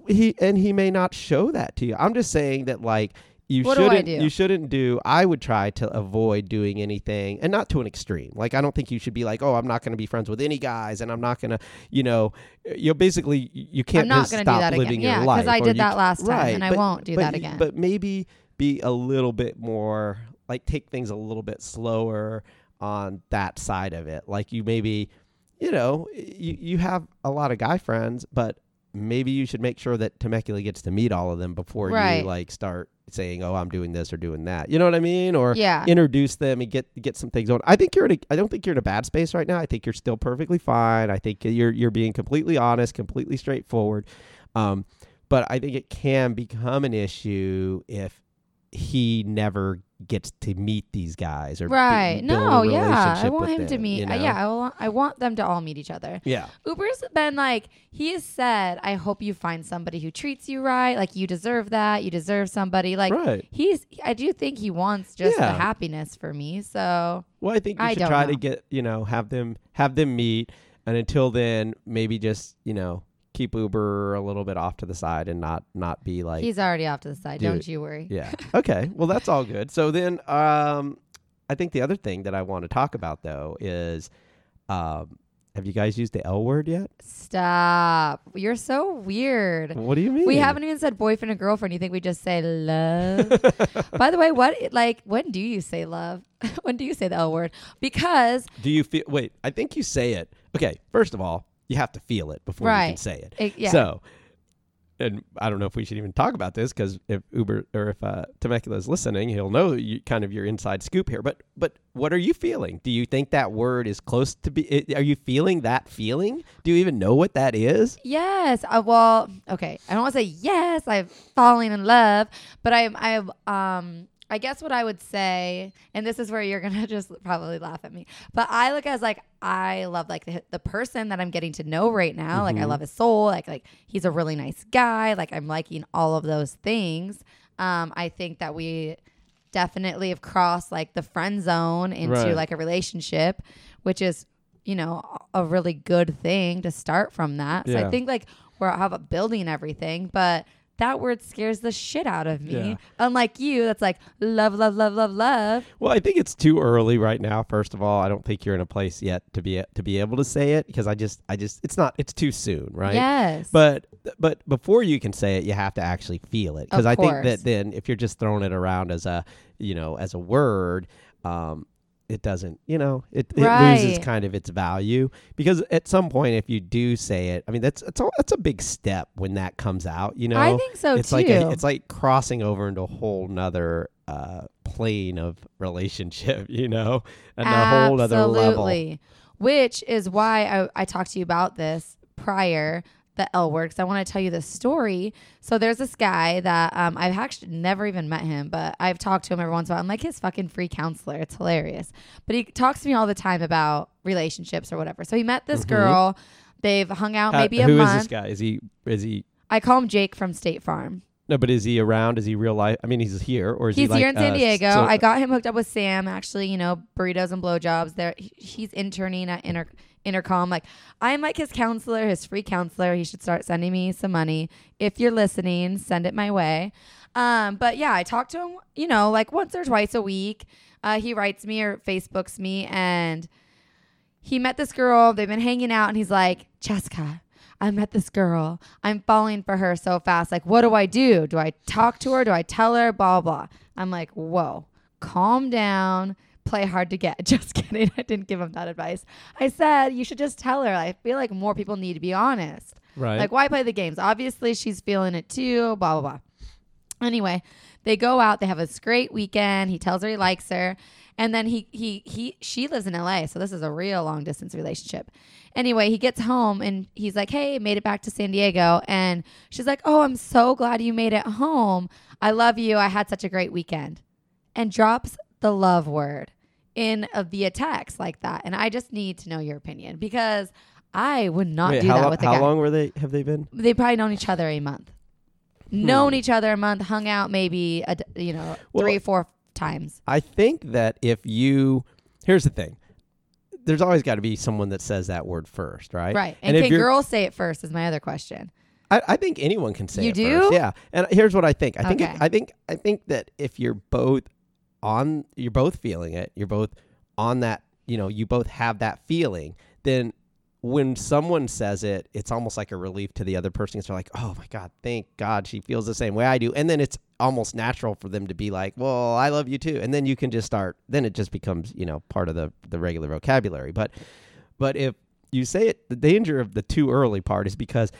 S2: he and he may not show that to you. I'm just saying that like you
S1: What do I
S2: shouldn't
S1: do?
S2: you shouldn't do I would try to avoid doing anything and not to an extreme. Like I don't think you should be like, "Oh, I'm not going to be friends with any guys and I'm not going to, you know, you basically you can't
S1: not
S2: just
S1: gonna do
S2: stop
S1: that again.
S2: living
S1: Yeah,
S2: your
S1: 'cause
S2: life."
S1: I
S2: or
S1: did
S2: you
S1: that
S2: c-
S1: last time,
S2: right,
S1: and I
S2: but-
S1: won't do
S2: but
S1: that
S2: you-
S1: again.
S2: But maybe be a little bit more like take things a little bit slower on that side of it. Like you maybe you know, you, you have a lot of guy friends, but maybe you should make sure that Temecula gets to meet all of them before
S1: Right.
S2: you like start saying, "Oh, I'm doing this or doing that." You know what I mean? Or
S1: Yeah.
S2: introduce them and get get some things on. I think you're in a, I don't think you're in a bad space right now. I think you're still perfectly fine. I think you're you're being completely honest, completely straightforward. Um, but I think it can become an issue if he never gets to meet these guys or bu-
S1: Right.
S2: build a
S1: No, yeah. I
S2: relationship
S1: want
S2: with
S1: him to
S2: them,
S1: meet.
S2: you
S1: uh,
S2: know?
S1: yeah, I, will, I want them to all meet each other.
S2: Yeah.
S1: Uber's been like, he has said, I hope you find somebody who treats you right. Like, you deserve that. You deserve somebody. Like,
S2: Right.
S1: he's, I do think he wants just
S2: Yeah.
S1: the happiness for me. So,
S2: Well, I think you
S1: I
S2: should
S1: don't
S2: try to
S1: know.
S2: get you know have them have them meet, and until then, maybe just you know keep Uber a little bit off to the side and not not be like
S1: he's already off to the side.
S2: do
S1: Don't
S2: it.
S1: you worry.
S2: yeah *laughs* okay well that's all good. So then, um, I think the other thing that I want to talk about though is, um, have you guys used the L word yet?
S1: Stop. You're so weird.
S2: What do you mean?
S1: We haven't even said boyfriend and girlfriend. You think we just say love? By the way, what like when do you say love? *laughs* when do you say the L word? Because
S2: Do you feel? Wait, I think you say it. Okay, first of all, you have to feel it before you can
S1: Right.
S2: say it.
S1: it, eh, yeah,
S2: So, and I don't know if we should even talk about this because if Uber or if uh, Temecula is listening, he'll know you, kind of your inside scoop here. But but what are you feeling? Do you think that word is close to be? i- Are you feeling that feeling? Do you even know what that is?
S1: Yes. Uh, well, okay. I don't want to say yes. I've fallen in love, but I'm. I'm. Um. I guess what I would say, and this is where you're gonna *laughs* just probably laugh at me, but I look as like I love like the, the person that I'm getting to know right now. Like I love his soul. Like like he's a really nice guy. Like I'm liking all of those things. Um. I think that we definitely have crossed like the friend zone into
S2: Right.
S1: like a relationship, which is you know a really good thing to start from that. So
S2: Yeah.
S1: I think like we're have a building and everything, but that word scares the shit out of me.
S2: Yeah.
S1: Unlike you, that's like love, love, love, love, love.
S2: Well, I think it's too early right now. First of all, I don't think you're in a place yet to be to be able to say it because I just I just it's not it's too soon, right?
S1: Yes.
S2: But but before you can say it, you have to actually feel it because
S1: Of
S2: I think
S1: course.
S2: that then if you're just throwing it around as a you know as a word, um, it doesn't you know it, it loses
S1: Right.
S2: kind of its value because at some point if you do say it, I mean that's that's a, that's a big step when that comes out. You know,
S1: I think so
S2: it's
S1: too.
S2: like a, it's like crossing over into a whole nother uh, plane of *laughs* relationship. You know, and a whole other level.
S1: Absolutely. Which is why I, I talked to you about this prior the L word 'cause I want to tell you this story. So there's this guy that um, I've actually never even met him, but I've talked to him every once in a while. I'm like his fucking free counselor. It's hilarious. But he talks to me all the time about relationships or whatever. So he met this girl. They've hung out
S2: Mm-hmm. How-
S1: maybe a
S2: who is
S1: month.
S2: this guy? Is he is he
S1: I call him Jake from State Farm.
S2: No, but is he around? Is he real life? I mean, he's here, or is he
S1: He's
S2: like,
S1: here in San
S2: uh,
S1: Diego.
S2: so-
S1: I got him hooked up with Sam. Actually, you know, burritos and blowjobs. There, he- he's interning at Inter- Intercom. Like, I'm like his counselor, his free counselor. He should start sending me some money. If you're listening, send it my way. Um, but yeah, I talk to him. You know, like once or twice a week. Uh, he writes me or Facebooks me, and he met this girl. They've been hanging out, and he's like, Jessica, I met this girl. I'm falling for her so fast. Like, what do I do? Do I talk to her? Do I tell her? Blah, blah. I'm like, whoa, calm down. Play hard to get. *laughs* Just kidding. I didn't give him that advice. I said, you should just tell her. I feel like more people need to be honest.
S2: right?
S1: Like, why play the games? Obviously, she's feeling it too, blah, blah, blah. Anyway, they go out, they have this great weekend. He tells her he likes her. And then he he he she lives in LA, so this is a real long distance relationship. Anyway, he gets home and he's like, "Hey, made it back to San Diego." And she's like, "Oh, I'm so glad you made it home. I love you. I had such a great weekend." And drops the love word in a, via text like that. And I just need to know your opinion because I would not
S2: Wait,
S1: do
S2: how,
S1: that
S2: lo-
S1: with a
S2: how
S1: guy.
S2: long were they? Have they been?
S1: They probably known each other a month. Known each other a month, hung out maybe a, d- you know
S2: Hmm. Well-
S1: three four times.
S2: I think that if you, here's the thing, there's always got to be someone that says that word first, right?
S1: Right. And,
S2: if
S1: can
S2: you're,
S1: girls say it first? Is my other question.
S2: I, I think anyone can say
S1: You
S2: it first.
S1: do?
S2: Yeah. And here's what I think. I think
S1: Okay.
S2: if, I think I think that if you're both on, you're both feeling it. You're both on that. You know, you both have that feeling. Then when someone says it, it's almost like a relief to the other person. It's like, oh my god, thank God she feels the same way I do. And then it's almost natural for them to be like, well, I love you too. And then you can just start. Then it just becomes you know part of the the regular vocabulary. But but if you say it, the danger of the too early part is because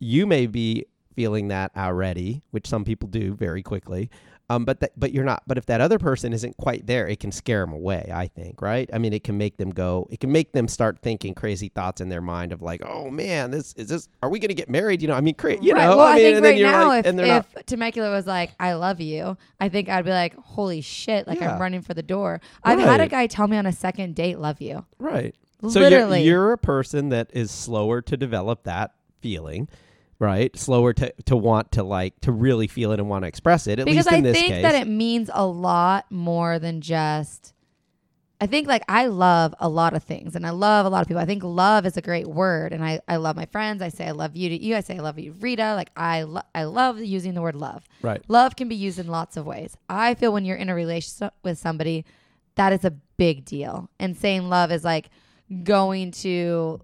S2: you may be feeling that already, which some people do very quickly. Um, but that, but you're not. But if that other person isn't quite there, it can scare them away. I think, right? I mean, it can make them go. It can make them start thinking crazy thoughts in their mind of like, oh man, this is this. Are we gonna get married? You know, I mean, cra- you
S1: right.
S2: know.
S1: well,
S2: I, mean,
S1: think
S2: and then
S1: right
S2: you're
S1: now,
S2: like,
S1: if,
S2: and they're not.
S1: if Temecula was like, I love you, I think I'd be like, holy shit, like
S2: Yeah.
S1: I'm running for the door. I've had a
S2: Right.
S1: guy tell me on a second date, love you.
S2: Right.
S1: Literally.
S2: So you're, you're a person that is slower to develop that feeling, right? Slower to, to want to like to really feel it and want to express it. At
S1: because
S2: least in
S1: I
S2: this
S1: think
S2: case.
S1: that it means a lot more than just. I think like I love a lot of things and I love a lot of people. I think love is a great word and I, I love my friends. I say I love you to you. I say I love you, Rita. Like I lo- I love using the word love.
S2: right.
S1: Love can be used in lots of ways. I feel when you're in a relationship with somebody, that is a big deal. And saying love is like going to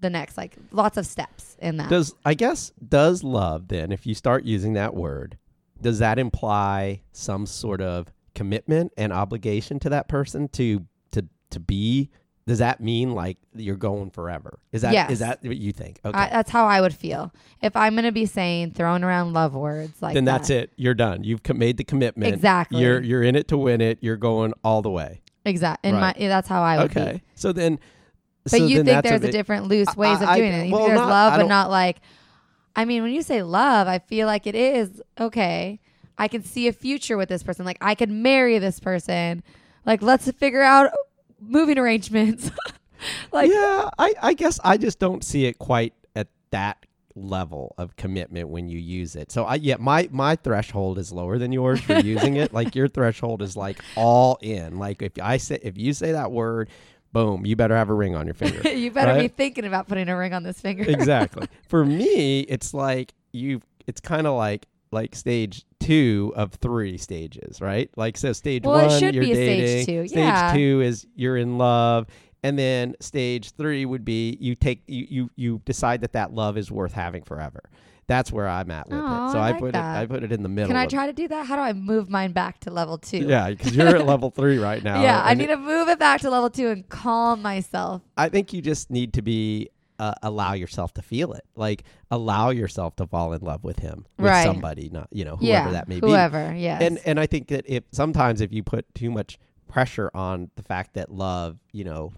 S1: the next, like lots of steps in that.
S2: Does I guess does love then if you start using that word, does that imply some sort of commitment and obligation to that person to to to be does that mean like you're going forever? Is that
S1: Yes.
S2: is that what you think? Okay.
S1: I, that's how I would feel if I'm going to be saying throwing around love words like
S2: then
S1: that.
S2: that's it. You're done. You've com- made the commitment.
S1: Exactly.
S2: You're you're in it to win it. You're going all the way.
S1: Exactly. And
S2: Right.
S1: my, that's how I would
S2: okay.
S1: be.
S2: So then,
S1: But
S2: so
S1: you
S2: then
S1: think
S2: that's
S1: there's a
S2: bit-
S1: different loose
S2: I-
S1: ways
S2: I-
S1: of doing it. You
S2: well,
S1: think there's
S2: not-
S1: love,
S2: I
S1: but
S2: don't-
S1: not like. I mean, when you say love, I feel like it is okay. I can see a future with this person. Like I could marry this person. Like let's figure out moving arrangements. *laughs* like
S2: yeah, I I guess I just don't see it quite at that level of commitment when you use it. So I yeah, my my threshold is lower than
S1: *laughs*
S2: yours for using it. Like your threshold is like all in. Like if I say if you say that word, boom, you better have a ring on your finger.
S1: *laughs* you better be
S2: Right?
S1: thinking about putting a ring on this finger.
S2: exactly. For me, it's like you. It's kind of like like stage two of three stages, right? Like so, stage
S1: Well, it
S2: one,
S1: should
S2: you're
S1: be a stage
S2: dating.
S1: two, yeah.
S2: two is you're in love, and then stage three would be you take you you you decide that that love is worth having forever. That's where I'm at with
S1: Aw,
S2: it. So
S1: I
S2: I,
S1: like
S2: put
S1: that.
S2: it I put it in the middle.
S1: Can I
S2: of-
S1: try to do that? How do I move mine back to level two?
S2: Yeah, because you're at level
S1: *laughs*
S2: three right now.
S1: Yeah, I
S2: and
S1: need to move it back to level two and calm myself.
S2: I think you just need to be uh, allow yourself to feel it. Like allow yourself to fall in love with him, with
S1: Right.
S2: somebody, not you know whoever
S1: yeah,
S2: that may be.
S1: whoever. Yes.
S2: And and I think that if sometimes if you put too much pressure on the fact that love, you know,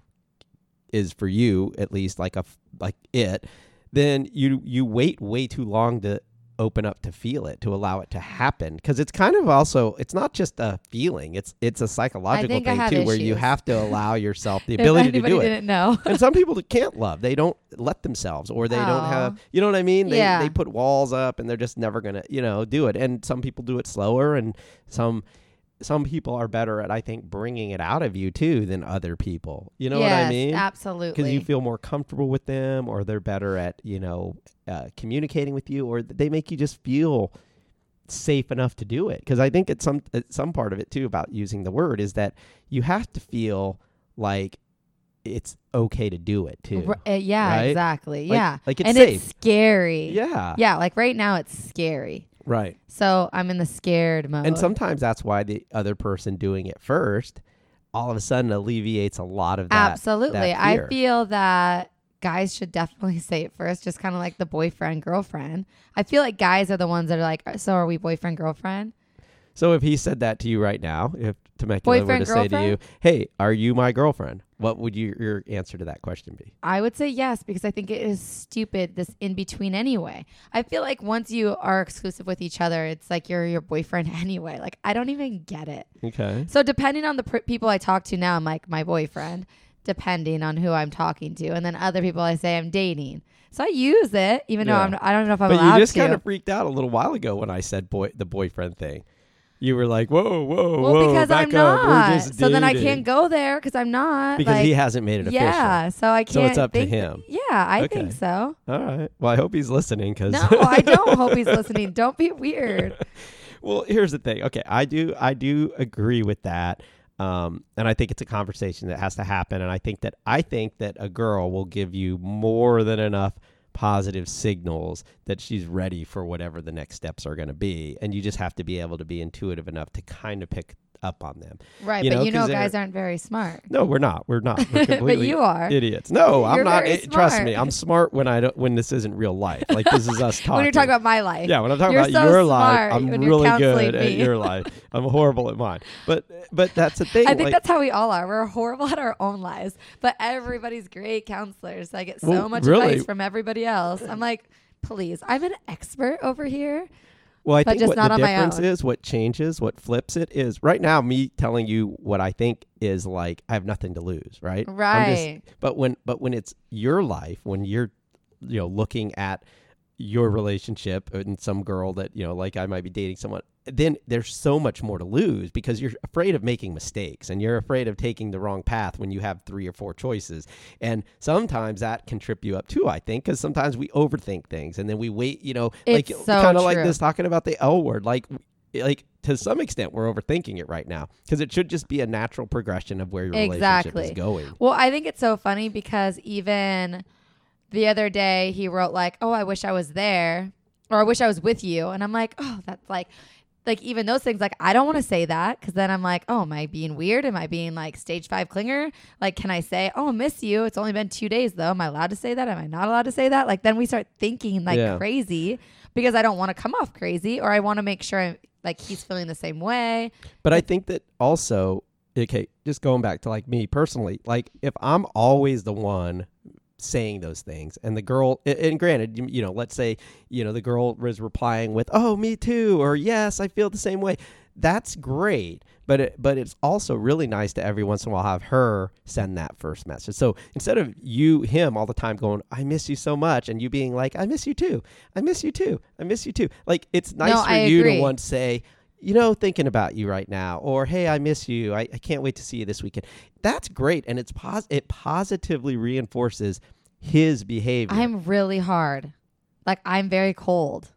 S2: is for you at least like a f- like it, then you you wait way too long to open up to feel it to allow it to happen because it's kind of also it's not just a feeling it's it's a psychological
S1: think I
S2: thing
S1: have
S2: too where you
S1: issues.
S2: have to
S1: *laughs*
S2: allow yourself the
S1: If
S2: ability to
S1: anybody
S2: do it
S1: didn't know.
S2: and some people that can't love they don't let themselves or they don't
S1: Aw.
S2: have you know what i mean they,
S1: Yeah.
S2: they put walls up and they're just never gonna you know do it and some people do it slower and some some people are better at i think bringing it out of you too than other people you know what i
S1: Yes,
S2: mean
S1: Absolutely.
S2: because you feel more comfortable with them or they're better at you know uh, communicating with you or they make you just feel safe enough to do it because i think it's some it's some part of it too about using the word is that you have to feel like it's okay to do it too
S1: R- uh, yeah,
S2: right?
S1: exactly.
S2: Like-
S1: yeah.
S2: like it's
S1: and
S2: safe
S1: it's scary.
S2: yeah
S1: Yeah, like right now it's scary.
S2: right
S1: So I'm in the scared mode.
S2: and sometimes that's why the other person doing it first all of a sudden alleviates a lot of that
S1: Absolutely.
S2: that
S1: I
S2: fear.
S1: feel that guys should definitely *laughs* say it first, just kind of like the boyfriend, girlfriend. I feel like guys are the ones that are like, so are we boyfriend, girlfriend?
S2: So if he said that to you right now, if Temecula were to
S1: Boyfriend,
S2: say to you,
S1: girlfriend?
S2: "Hey, are you my girlfriend?" What would you, your answer to that question be?
S1: I would say yes because I think it is stupid this in between anyway. I feel like once you are exclusive with each other, it's like you're your boyfriend *laughs* anyway. Like I don't even get it.
S2: Okay.
S1: So depending on the pr- people I talk to now, I'm like my boyfriend, depending on who I'm talking to, and then other people I say I'm dating. So I use it, even
S2: Yeah.
S1: though I'm, I don't know if I'm
S2: But
S1: allowed
S2: you just
S1: to.
S2: kind of freaked out a little while ago when I said boy the boyfriend thing. You were like, "Whoa,
S1: well,
S2: whoa, whoa!"
S1: because
S2: back
S1: I'm
S2: up. We're
S1: not.
S2: just
S1: So then I
S2: dating."
S1: can't go there because I'm not.
S2: because
S1: like,
S2: he hasn't made it official.
S1: Yeah, so I can't.
S2: So it's up to
S1: think-
S2: him.
S1: Yeah, I
S2: Okay.
S1: think so.
S2: All right. Well, I hope he's listening because
S1: No, I
S2: *laughs*
S1: don't hope he's listening. Don't be weird.
S2: Well, here's the thing. Okay, I do I do agree with that. Um, and I think it's a conversation that has to happen. And I think that I think that a girl will give you more than enough positive signals that she's ready for whatever the next steps are going to be. And you just have to be able to be intuitive enough to kind of pick up on them.
S1: Right,
S2: You
S1: but
S2: know,
S1: you know
S2: 'cause they're-
S1: guys aren't very smart.
S2: No, we're not. We're not. We're
S1: *laughs* but
S2: completely
S1: you are.
S2: idiots. No, I'm
S1: You're
S2: not.
S1: very
S2: It- trust me,
S1: smart.
S2: I'm smart when I don't when this isn't real life. Like this is us talking.
S1: *laughs* When you're talking about my life.
S2: Yeah, when I'm talking
S1: You're
S2: about
S1: so
S2: your life,
S1: smart
S2: I'm
S1: when you're
S2: really
S1: counseling
S2: good at
S1: me.
S2: your life. I'm horrible at mine. But but that's the thing.
S1: I think
S2: like,
S1: that's how we all are. We're horrible *laughs* at our own lives, but everybody's great counselors. I get so
S2: Well,
S1: much
S2: really-
S1: advice from everybody else. I'm like, please, I'm an expert over here.
S2: well, I
S1: but
S2: think
S1: just
S2: what
S1: not
S2: the
S1: on my
S2: difference
S1: own.
S2: is, what changes, what flips it is right now. Me telling you what I think is like I have nothing to lose. Right. I'm just-
S1: Right.
S2: but when but when it's your life, when you're you know looking at your relationship and some girl that you know like I might be dating someone then there's so much more to lose because you're afraid of making mistakes and you're afraid of taking the wrong path when you have three or four choices and sometimes that can trip you up too I think cuz sometimes we overthink things and then we wait you know like
S1: It's so
S2: kind of like
S1: true.
S2: this talking about the L word like like to some extent we're overthinking it right now cuz it should just be a natural progression of where your relationship
S1: Exactly.
S2: is going
S1: Well, I think it's so funny because even the other day he wrote like, "Oh, I wish I was there," or "I wish I was with you," and I'm like, "Oh, that's like." Like even those things, like I don't want to say that because then I'm like, oh, am I being weird? Am I being like stage five clinger? Like, can I say, oh, I miss you? It's only been two days though. Am I allowed to say that? Am I not allowed to say that? Like, then we start thinking like
S2: Yeah.
S1: crazy because I don't want to come off crazy or I want to make sure I'm, like he's feeling the same way.
S2: But I think that also, okay, just going back to like me personally, like if I'm always the one saying those things and the girl a- and granted you, you know let's say you know the girl was replying with oh me too or yes i feel the same way that's great but it, but it's also really nice to every once in a while have her send that first message so instead of you him all the time going i miss you so much and you being like i miss you too i miss you too i miss you too like it's nice
S1: No,
S2: for
S1: I
S2: you to
S1: agree.
S2: once say you know, thinking about you right now, or hey, I miss you. I, I can't wait to see you this weekend. That's great, and it's pos- it positively reinforces his behavior.
S1: I'm really hard. Like I'm very cold.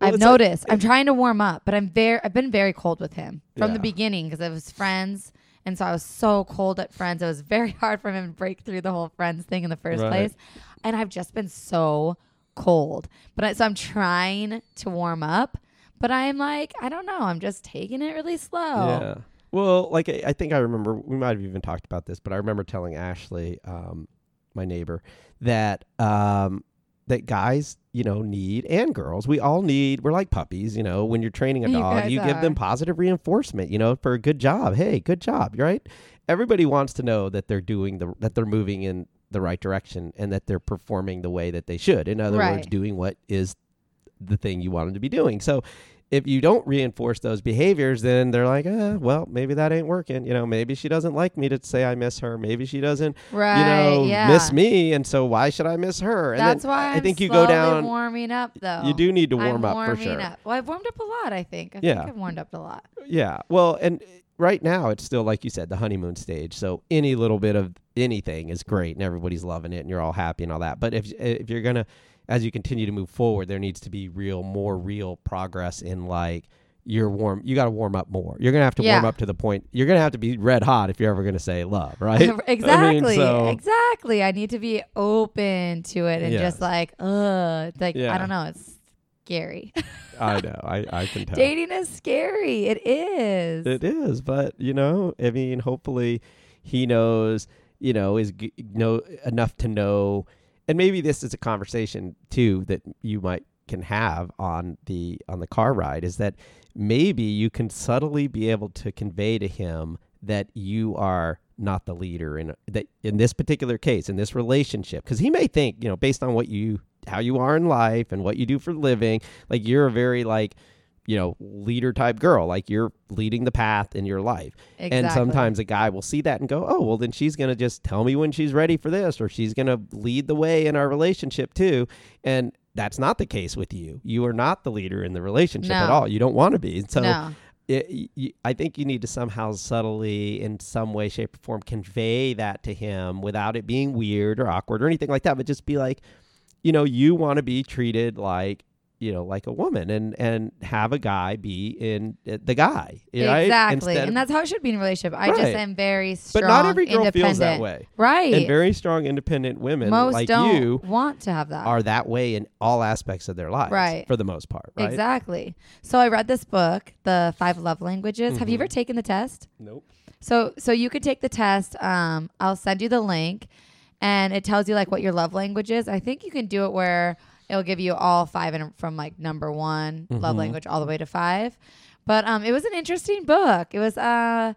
S2: Well,
S1: I've
S2: it's like-
S1: noticed. I'm trying to warm up, but I'm very I've been very cold with him from
S2: Yeah.
S1: the beginning because I was friends and so I was so cold at friends. It was very *laughs* hard for him to break through the whole friends thing in the first
S2: Right.
S1: place. And I've just been so cold. But I, so I'm trying to warm up, but I'm like, I don't know, I'm just taking it really slow.
S2: Yeah. Well, like I, I think I remember we might have even talked about this, but I remember telling Ashley, um, my neighbor, that um, that guys, you know, need and girls, we all need. We're like puppies, you know. When you're training a
S1: You
S2: dog,
S1: guys
S2: you, give them
S1: are.
S2: positive reinforcement, you know, for a good job. Hey, good job, right? Everybody wants to know that they're doing the that they're moving in the right direction and that they're performing the way that they should. In other words,
S1: Right.
S2: doing what is the thing you want them to be doing. So if you don't reinforce those behaviors, then they're like, eh, well, maybe that ain't working. You know, maybe she doesn't like me to say I miss her. Maybe she doesn't,
S1: Right.
S2: you know,
S1: yeah.
S2: miss me. And so why should I miss her? And
S1: That's
S2: then
S1: why
S2: I
S1: I'm
S2: think you go
S1: slowly
S2: down.
S1: warming up though.
S2: you do need to warm
S1: I'm
S2: up
S1: warming
S2: for sure.
S1: Up. Well, I've warmed up a lot. I think. I
S2: Yeah.
S1: think I've warmed up a lot.
S2: Yeah. Well, and eh, right now it's still like you said the honeymoon stage. So any little bit of anything is great, and everybody's loving it, and you're all happy and all that. But if eh, if you're gonna, as you continue to move forward, there needs to be real, more real progress in like you're warm. You got to warm up more. You're gonna have to warm
S1: Yeah.
S2: up to the point. You're gonna have to be red hot if you're ever gonna say love,
S1: *laughs*
S2: right?
S1: exactly.
S2: so-
S1: Exactly. I need to be open to it and
S2: Yes.
S1: just like, ugh, it's like
S2: Yeah.
S1: I don't know. It's scary. *laughs*
S2: I know. I I can tell.
S1: Dating is scary. It is.
S2: It is, but you know, I mean, hopefully, he knows, you know, is g- know enough to know, and maybe this is a conversation too that you might can have on the on the car ride is that maybe you can subtly be able to convey to him that you are not the leader in that in this particular case in this relationship because he may think you know based on what you how you are in life and what you do for a living like you're a very like you know leader type girl like you're leading the path in your life and
S1: Exactly.
S2: sometimes a guy will see that and go oh well then she's going to just tell me when she's ready for this or she's going to lead the way in our relationship too and that's not the case with you you are not the leader in the relationship at
S1: No.
S2: all you don't want to be And so
S1: no.
S2: it, y- y- I think you need to somehow subtly, in some way, shape, or form, convey that to him without it being weird or awkward or anything like that. But just be like, you know, you want to be treated like, you know, like a woman, and and have a guy be in uh, the guy, right?
S1: Exactly.
S2: Instead of-
S1: and that's how it should be in a relationship. I just
S2: Right.
S1: am very
S2: but
S1: strong.
S2: not every girl
S1: independent.
S2: feels that way, and
S1: Right.
S2: very strong, independent women
S1: Most
S2: like
S1: don't
S2: you
S1: want to have that.
S2: are that way in all aspects of their lives,
S1: Right.
S2: For the most part, right?
S1: Exactly. So I read this book, The Five Love Languages. Have you
S2: Mm-hmm.
S1: ever taken the test?
S2: Nope.
S1: So so you could take the test. Um, I'll send you the link, and it tells you like what your love language is. I think you can do it where it'll give you all five in, from like number one love language all the way to five. But um, it was an interesting book. It was uh,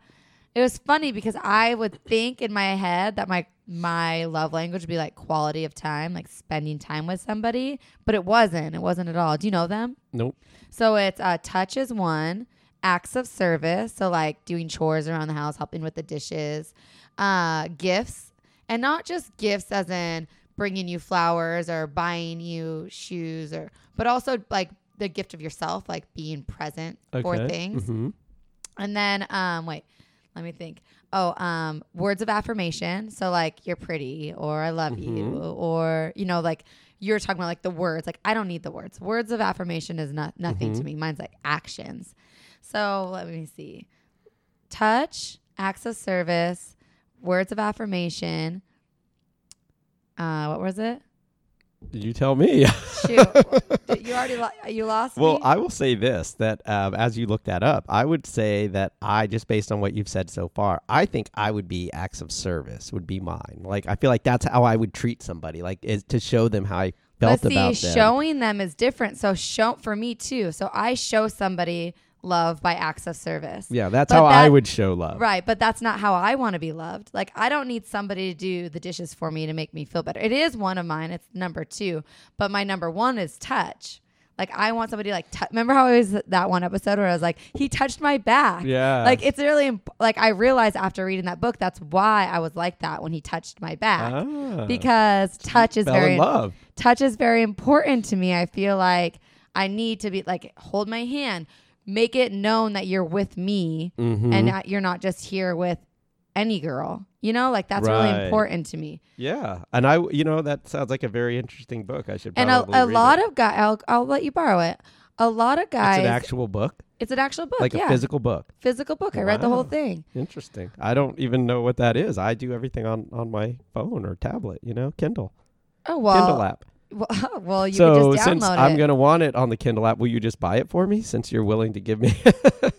S1: it was funny because I would think in my head that my my love language would be like quality of time, like spending time with somebody, but it wasn't. It wasn't at all. Do you know them?
S2: Nope.
S1: So it's uh, touch is one, acts of service, so like doing chores around the house, helping with the dishes, uh, gifts, and not just gifts as in bringing you flowers or buying you shoes or, but also like the gift of yourself, like being present for
S2: Okay.
S1: things.
S2: Mhm.
S1: And then, um, wait, let me think. Oh, um, words of affirmation. So like, you're pretty, or I love you, or you know, like you're talking about like the words. Like I don't need the words. Words of affirmation is not nothing to me. Mine's like actions. So let me see. Touch, acts of service, words of affirmation. Uh, what was it?
S2: You tell me.
S1: Shoot, you already lo- you lost
S2: Well,
S1: me.
S2: I will say this that um, as you look that up, I would say that I, just based on what you've said so far, I think I would be acts of service, would be mine. Like, I feel like that's how I would treat somebody, like, is to show them how I felt
S1: but see,
S2: about them.
S1: showing them is different. So show for me too. So I show somebody love by acts of service.
S2: yeah, that's
S1: but
S2: how I
S1: that-
S2: would show love.
S1: Right, but that's not how I want to be loved. Like I don't need somebody to do the dishes for me to make me feel better. It is one of mine. It's number 2, but my number 1 is touch. Like I want somebody like tou- remember how it was that one episode where I was like he touched my back.
S2: Yeah.
S1: Like it's really imp- like I realized after reading that book that's why I was like that when he touched my back.
S2: Ah.
S1: Because touch is
S2: fell
S1: very
S2: in love.
S1: touch is very important to me. I feel like I need to be like hold my hand, make it known that you're with me
S2: Mm-hmm.
S1: and that you're not just here with any girl. You know, like that's
S2: Right.
S1: really important to me.
S2: Yeah. And I, you know, that sounds like a very interesting book. I should
S1: And
S2: probably
S1: a, a
S2: read
S1: lot
S2: it.
S1: of guys, I'll, I'll let you borrow it. A lot of guys,
S2: It's an actual book,
S1: *laughs* book,
S2: like
S1: yeah,
S2: a physical book.
S1: physical book. I read the
S2: Wow.
S1: whole thing.
S2: Interesting. I don't even know what that is. I do everything on, on my phone or tablet, you know, Kindle,
S1: Oh
S2: Kindle
S1: well,
S2: app.
S1: well, *laughs* well, you
S2: so
S1: could just download
S2: since I'm
S1: it
S2: gonna want it on the Kindle app, will you just buy it for me? Since you're willing to give me *laughs*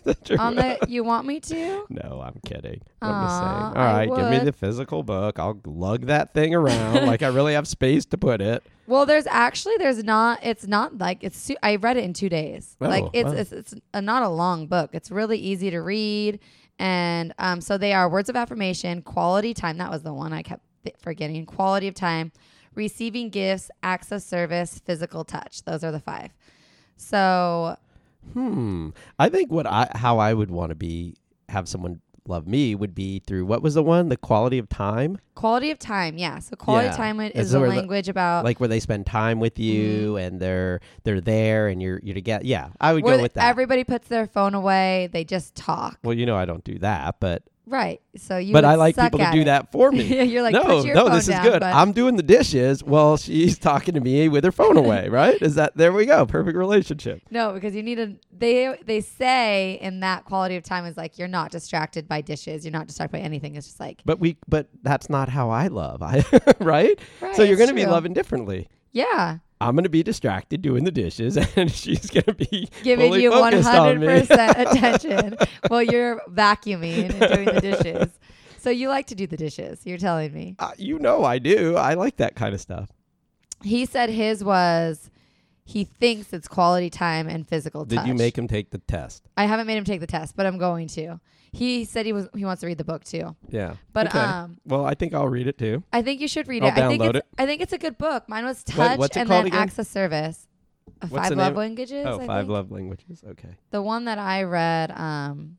S2: the true-
S1: on the. You want me to?
S2: *laughs* No, I'm kidding. I'm just saying.
S1: Aw,
S2: All
S1: I
S2: right, give me
S1: would.
S2: the physical book. I'll lug that thing
S1: *laughs*
S2: around like I really have space to put it.
S1: Well, there's actually there's not. It's not like it's. su- I read it in two days.
S2: Oh,
S1: like it's
S2: wow.
S1: it's, it's a, not a long book. It's really easy to read, and um, so they are words of affirmation, quality time. That was the one I kept th- forgetting. Quality of time, receiving gifts, access service, physical touch. Those are the five. So
S2: Hmm. I think what I how I would want to be have someone love me would be through what was the one? The quality of time?
S1: quality of time, yeah. So quality
S2: Yeah.
S1: of time i-
S2: It's
S1: is a
S2: where the-
S1: language about
S2: Like where they spend time with you and they're they're there and you're you're together. Yeah, I would
S1: Mm-hmm. where
S2: go with that.
S1: everybody puts their phone away. They just talk.
S2: well, you know I don't do that, but
S1: Right. So you.
S2: but
S1: would
S2: I like
S1: suck
S2: people to
S1: at
S2: do
S1: it.
S2: that
S1: *laughs*
S2: for me.
S1: You're like,
S2: no,
S1: put your
S2: no,
S1: phone
S2: this
S1: down,
S2: is good.
S1: bud.
S2: I'm doing the dishes while she's *laughs* talking to me with her phone
S1: *laughs*
S2: away, right? Is that there we go. Perfect relationship.
S1: No, because you need to. They they say in that quality of time is like you're not distracted by dishes, you're not distracted by anything. It's just like
S2: But we but that's not how I love. I *laughs* right?
S1: Right,
S2: so you're
S1: it's
S2: gonna be
S1: true.
S2: loving differently.
S1: yeah,
S2: I'm gonna be distracted doing the dishes *laughs* and she's gonna be
S1: giving
S2: fully
S1: you
S2: focused on me. *laughs*
S1: 100% attention while you're vacuuming and doing the dishes. So you like to do the dishes. You're telling me.
S2: Uh, you know I do. I like that kind of stuff.
S1: He said his was He thinks it's quality time and physical
S2: Did
S1: touch.
S2: you make him take the test?
S1: I haven't made him take the test, but I'm going to. He said he was he wants to read the book too.
S2: Yeah.
S1: But
S2: Okay.
S1: um
S2: well, I think I'll read it too.
S1: I think you should read
S2: I'll
S1: it. I think
S2: Oh, download
S1: it's
S2: it.
S1: I think it's a good book. Mine was
S2: What-
S1: Touch
S2: what's it
S1: and
S2: called
S1: then
S2: again?
S1: Access Service. Uh,
S2: What's
S1: five
S2: the
S1: love
S2: name?
S1: languages.
S2: Oh,
S1: I
S2: five
S1: think.
S2: love languages. Okay.
S1: The one that I read. Um,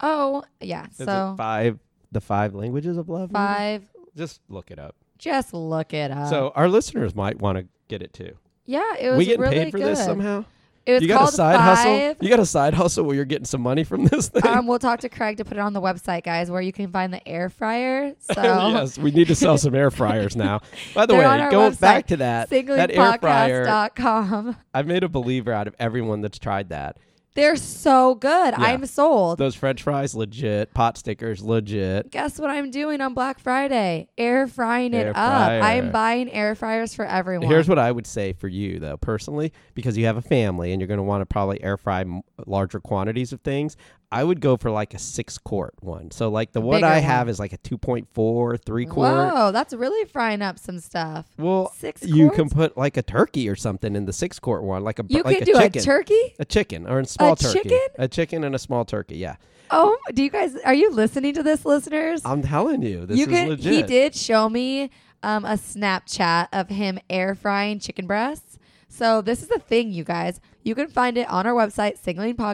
S1: oh yeah.
S2: Is
S1: so
S2: it five the five languages of love? maybe?
S1: five.
S2: Just look it up.
S1: Just look it up.
S2: so our listeners might want to get it too.
S1: yeah, it was
S2: We getting
S1: really
S2: paid for
S1: good.
S2: this somehow?
S1: It was
S2: you
S1: called
S2: got a side
S1: Five.
S2: hustle? You got a side hustle where you're getting some money from
S1: *laughs*
S2: this *laughs* thing?
S1: Um, we'll talk to Craig to put it on the website, guys, where you can find the air
S2: *laughs*
S1: fryer. So
S2: Oh, yes, we need to sell some air fryers now. By the
S1: They're
S2: way,
S1: on our
S2: going
S1: website,
S2: back to that, that air fryer,
S1: singlingpodcast.com.
S2: I've made a believer out of everyone that's tried that.
S1: *laughs* They're so good.
S2: Yeah.
S1: I'm sold.
S2: Those French fries, legit. Pot stickers, legit.
S1: Guess what I'm doing on Black Friday? Air frying it
S2: Air
S1: up. I'm
S2: fryer.
S1: buying air fryers for everyone.
S2: Here's what I would say for you, though, personally, because you have a family and you're going to want to probably air fry m- larger quantities of things. I would go for like a six quart one. So, like the one
S1: bigger
S2: I
S1: one.
S2: have is like a 2.4, three quart.
S1: Whoa, that's really frying up some stuff.
S2: Well,
S1: Six
S2: you
S1: quarts?
S2: can put like a turkey or something in the six quart one, like a
S1: You
S2: like
S1: could
S2: a
S1: do
S2: chicken.
S1: a turkey?
S2: A chicken or a small turkey.
S1: chicken?
S2: A chicken and a small turkey. Yeah,
S1: Oh, do you guys are you listening to this, listeners?
S2: I'm telling you, Oh, this
S1: you
S2: is
S1: could
S2: legit.
S1: he did show me um, a Snapchat of him air frying chicken breasts. So this is a thing, you guys. You can find it on our website,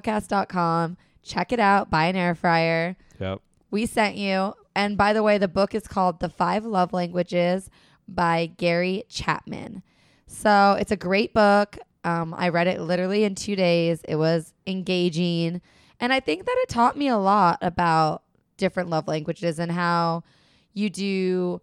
S1: singlingpodcast.com. Check it out, buy an air fryer.
S2: Yep.
S1: we sent you. And by the way, the book is called The Five Love Languages by Gary Chapman. So it's a great book. Um, I read it literally in two days. It was engaging. And I think that it taught me a lot about different love languages and how you do,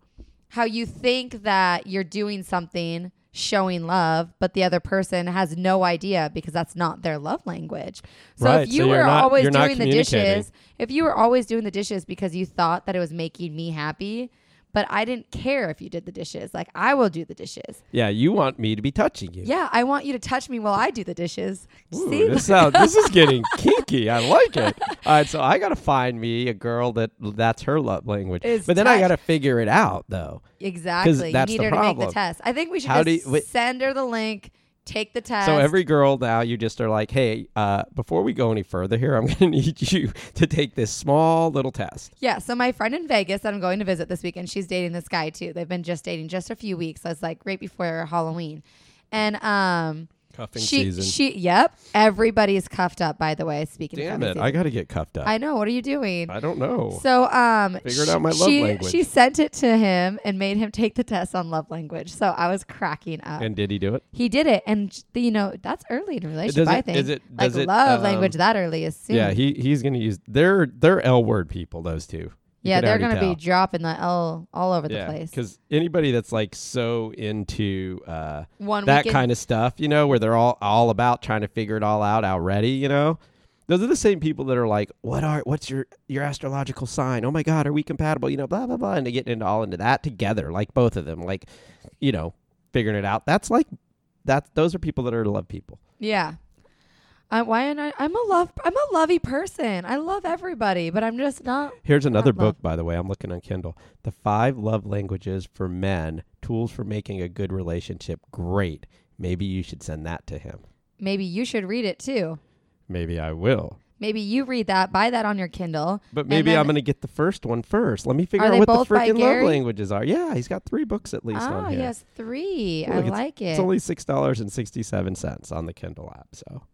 S1: how you think that you're doing something showing love, but the other person has no idea because that's not their love language. So
S2: Right,
S1: if you
S2: so you're
S1: were
S2: not-
S1: always
S2: you're not
S1: doing the
S2: communicating.
S1: dishes, if you were always doing the dishes because you thought that it was making me happy, but I didn't care if you did the dishes. Like I will do the dishes.
S2: Yeah, you want me to be touching you.
S1: Yeah, I want you to touch me while I do the dishes.
S2: Ooh,
S1: See,
S2: this sounds, this is getting kinky. I like it. All right, so I gotta find me a girl that that's her love language.
S1: Is
S2: but then I
S1: touch.
S2: gotta figure it out though.
S1: *laughs* exactly.
S2: that's
S1: you
S2: the
S1: need her to make
S2: problem.
S1: the test. I think we should
S2: How do
S1: just
S2: you- wait-
S1: send her the link, take the test.
S2: So every girl now, you just are like, hey, uh, before we go any further here, I'm *laughs* gonna need you to take this small little test.
S1: yeah. So my friend in Vegas that I'm going to visit this weekend, she's dating this guy too. They've been just dating just a few weeks. So it's like right before Halloween, and um.
S2: Cuffing
S1: She,
S2: season.
S1: she, yep. Everybody's cuffed up, by the way. Speaking of
S2: Damn
S1: cuffing
S2: it!
S1: season.
S2: I gotta get cuffed up.
S1: I know. What are you doing?
S2: I don't know.
S1: So, um,
S2: Figured
S1: sh-
S2: out my love
S1: she,
S2: language.
S1: She sent it to him and made him take the test on love language. So I was cracking up.
S2: and did he do it?
S1: he did it, and j- you know that's early in a relationship.
S2: does
S1: I
S2: it-
S1: think
S2: is it-
S1: like
S2: does it,
S1: love
S2: um,
S1: language that early is soon.
S2: Yeah, he he's gonna use they're they're L word people. Those two. You
S1: Yeah,
S2: could
S1: they're
S2: already
S1: gonna
S2: tell.
S1: be dropping the L all over the place.
S2: Because anybody that's like so into uh,
S1: One
S2: that
S1: weekend-
S2: kind of stuff, you know, where they're all all about trying to figure it all out already, you know. Those are the same people that are like, "What are what's your your astrological sign? Oh my God, are we compatible?" You know, blah blah blah, and they get into all into that together, like both of them, like, you know, figuring it out. That's like that. Those are people that are love people.
S1: Yeah. I, why am I? I'm a love. I'm a lovey person. I love everybody, but I'm just not.
S2: Here's another
S1: love.
S2: book, by the way. I'm looking on Kindle. The Five Love Languages for Men: Tools for Making a Good Relationship Great. Maybe you should send that to him.
S1: Maybe you should read it too.
S2: Maybe I will.
S1: Maybe you read that. Buy that on your Kindle.
S2: But
S1: and
S2: maybe
S1: then-
S2: I'm going to get the first one first. Let me figure
S1: Are
S2: out
S1: they
S2: what the
S1: both by
S2: freaking love
S1: Gary?
S2: languages are. Yeah, he's got three books at least
S1: Oh,
S2: on
S1: he
S2: here.
S1: has three.
S2: Look,
S1: I like it.
S2: It's only six dollars and sixty-seven cents on the Kindle app, so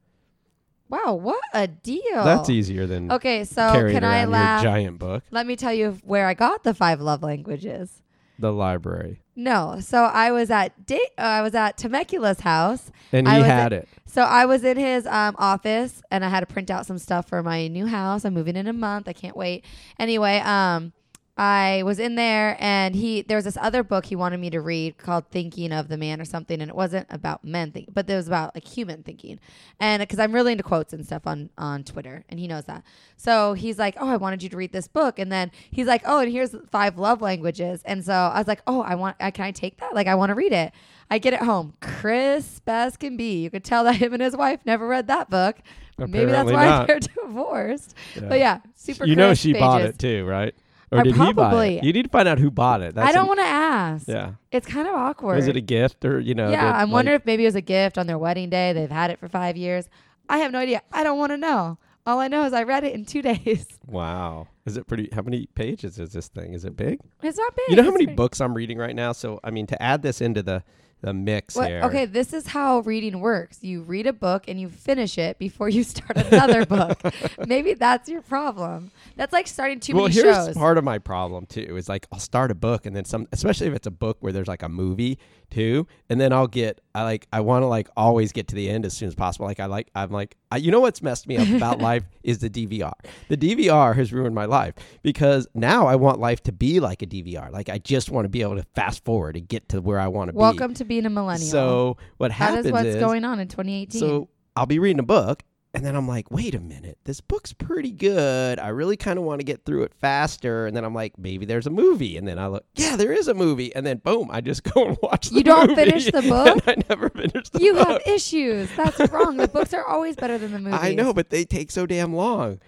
S1: Wow, what a deal.
S2: that's easier than
S1: Oh. Okay, so
S2: carrying
S1: can I
S2: around
S1: laugh?
S2: your giant book.
S1: Let me tell you where I got the five love languages.
S2: The library,
S1: No, so I was at da- uh, I was at Temecula's house.
S2: and
S1: I
S2: he
S1: was
S2: had it.
S1: So I was in his um, office and I had to print out some stuff for my new house. I'm moving in a month. I can't wait. Anyway, um, I was in there and he there was this other book he wanted me to read called Thinking of the Man or something, and it wasn't about men think, but it was about like human thinking. And because I'm really into quotes and stuff on on Twitter, and he knows that, so he's like, "Oh, I wanted you to read this book," and then he's like, "Oh, and here's five love languages," and so I was like, "Oh, I want, I, can I take that? Like, I want to read it." I get it home, crisp as can be. You could tell that him and his wife never read that book. Maybe that's
S2: Apparently
S1: why
S2: not.
S1: they're *laughs* divorced.
S2: Yeah.
S1: But yeah, super.
S2: you know
S1: crisp
S2: she bought
S1: pages.
S2: it too, right? Or
S1: I
S2: did he buy
S1: probably-
S2: it? You need to find out who bought it. That's
S1: I don't
S2: an-
S1: want to ask.
S2: Yeah.
S1: It's kind of awkward.
S2: Was it a gift or, you know?
S1: yeah,
S2: did,
S1: I'm
S2: like-
S1: wondering if maybe it was a gift on their wedding day. They've had it for five years. I have no idea. I don't want to know. All I know is I read it in two *laughs* days.
S2: Wow. Is it pretty? How many pages is this thing? Is it big?
S1: It's not big.
S2: You know how
S1: It's
S2: many
S1: pretty-
S2: books I'm reading right now? So, I mean, to add this into the, the mix
S1: What-
S2: here.
S1: okay, this is how reading works. You read a book and you finish it before you *laughs* start another
S2: *laughs*
S1: book. Maybe that's your problem. That's like starting too
S2: well,
S1: many
S2: here's
S1: shows.
S2: part of my problem too. Is like I'll start a book and then some, especially if it's a book where there's like a movie too, and then I'll get I like I want to like always get to the end as soon as possible. Like I like I'm like I, you know what's messed me up about
S1: *laughs*
S2: life is the DVR. The DVR has ruined my life because now I want life to be like a DVR. Like I just want to be able to fast forward and get to where I want to be.
S1: Welcome to being a millennial.
S2: So what
S1: that
S2: happens
S1: is what's
S2: is
S1: going on in 2018.
S2: so I'll be reading a book and then I'm like, wait a minute, this book's pretty good. I really kind of want to get through it faster. And then I'm like, maybe there's a movie. And then I look, yeah, there is a movie. And then boom, I just *laughs* go and watch the
S1: You don't
S2: movie.
S1: finish the book?
S2: *laughs* And I never finish the
S1: you
S2: book. *laughs*
S1: have issues. That's wrong. The books are always better than the movies.
S2: I know, but they take so damn long.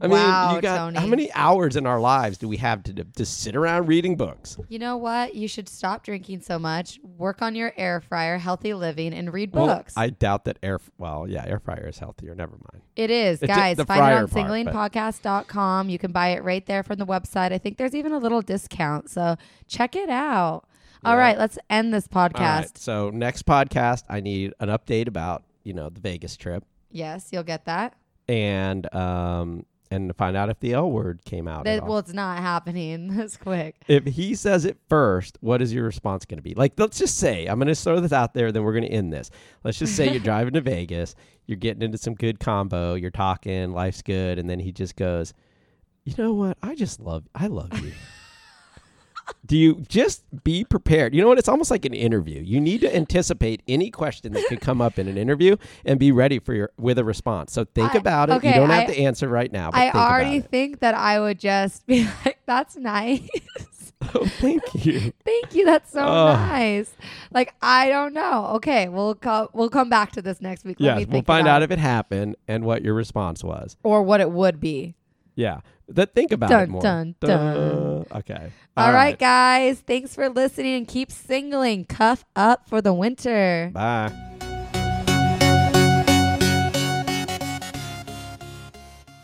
S2: I mean,
S1: Wow,
S2: you got how
S1: Tony.
S2: many hours in our lives do we have to to sit around reading books?
S1: You know what? You should stop drinking so much, work on your air fryer, healthy living, and read
S2: Well,
S1: books.
S2: I doubt that air. Well, yeah, air fryer is healthier. Never mind.
S1: it is.
S2: It's
S1: Guys,
S2: the
S1: find it
S2: fryer
S1: on
S2: part,
S1: singleingpodcast.com. You can buy it right there from the website. I think there's even a little discount. So check it out. All
S2: Yeah.
S1: right, let's end this podcast.
S2: All right, so next podcast, I need an update about you know the Vegas trip.
S1: Yes, you'll get that.
S2: and um and to find out if the L word came out. at
S1: That-
S2: all.
S1: well, it's not happening *laughs* this quick.
S2: if he says it first, what is your response going to be? Like, let's just say I'm going to throw this out there, then we're going to end this. Let's just
S1: *laughs*
S2: say you're driving to Vegas, you're getting into some good combo, you're talking, life's good, and then he just goes, "You know what? I just love, I love
S1: *laughs*
S2: you." Do you just be prepared? You know what? It's almost like an interview. You need to anticipate any question that could come up in an interview and be ready for your with a response. So think
S1: I-
S2: about it.
S1: okay,
S2: you don't
S1: I-
S2: have to answer right now. But
S1: I
S2: think about
S1: already
S2: it. *laughs*
S1: think that I would just be *laughs* like, that's nice. *laughs*
S2: Oh, thank you.
S1: Thank you. That's so
S2: Oh.
S1: nice. Like I don't know. Okay, we'll co- we'll come back to this next week. Let me
S2: yes, we'll
S1: think
S2: find
S1: about
S2: out if it happened and what your response was.
S1: or what it would be.
S2: Yeah. That think about it
S1: Dun,
S2: more.
S1: dun,
S2: Duh.
S1: dun.
S2: Okay.
S1: All right, guys. Thanks for listening. Keep singling. Cuff up for the winter.
S2: Bye.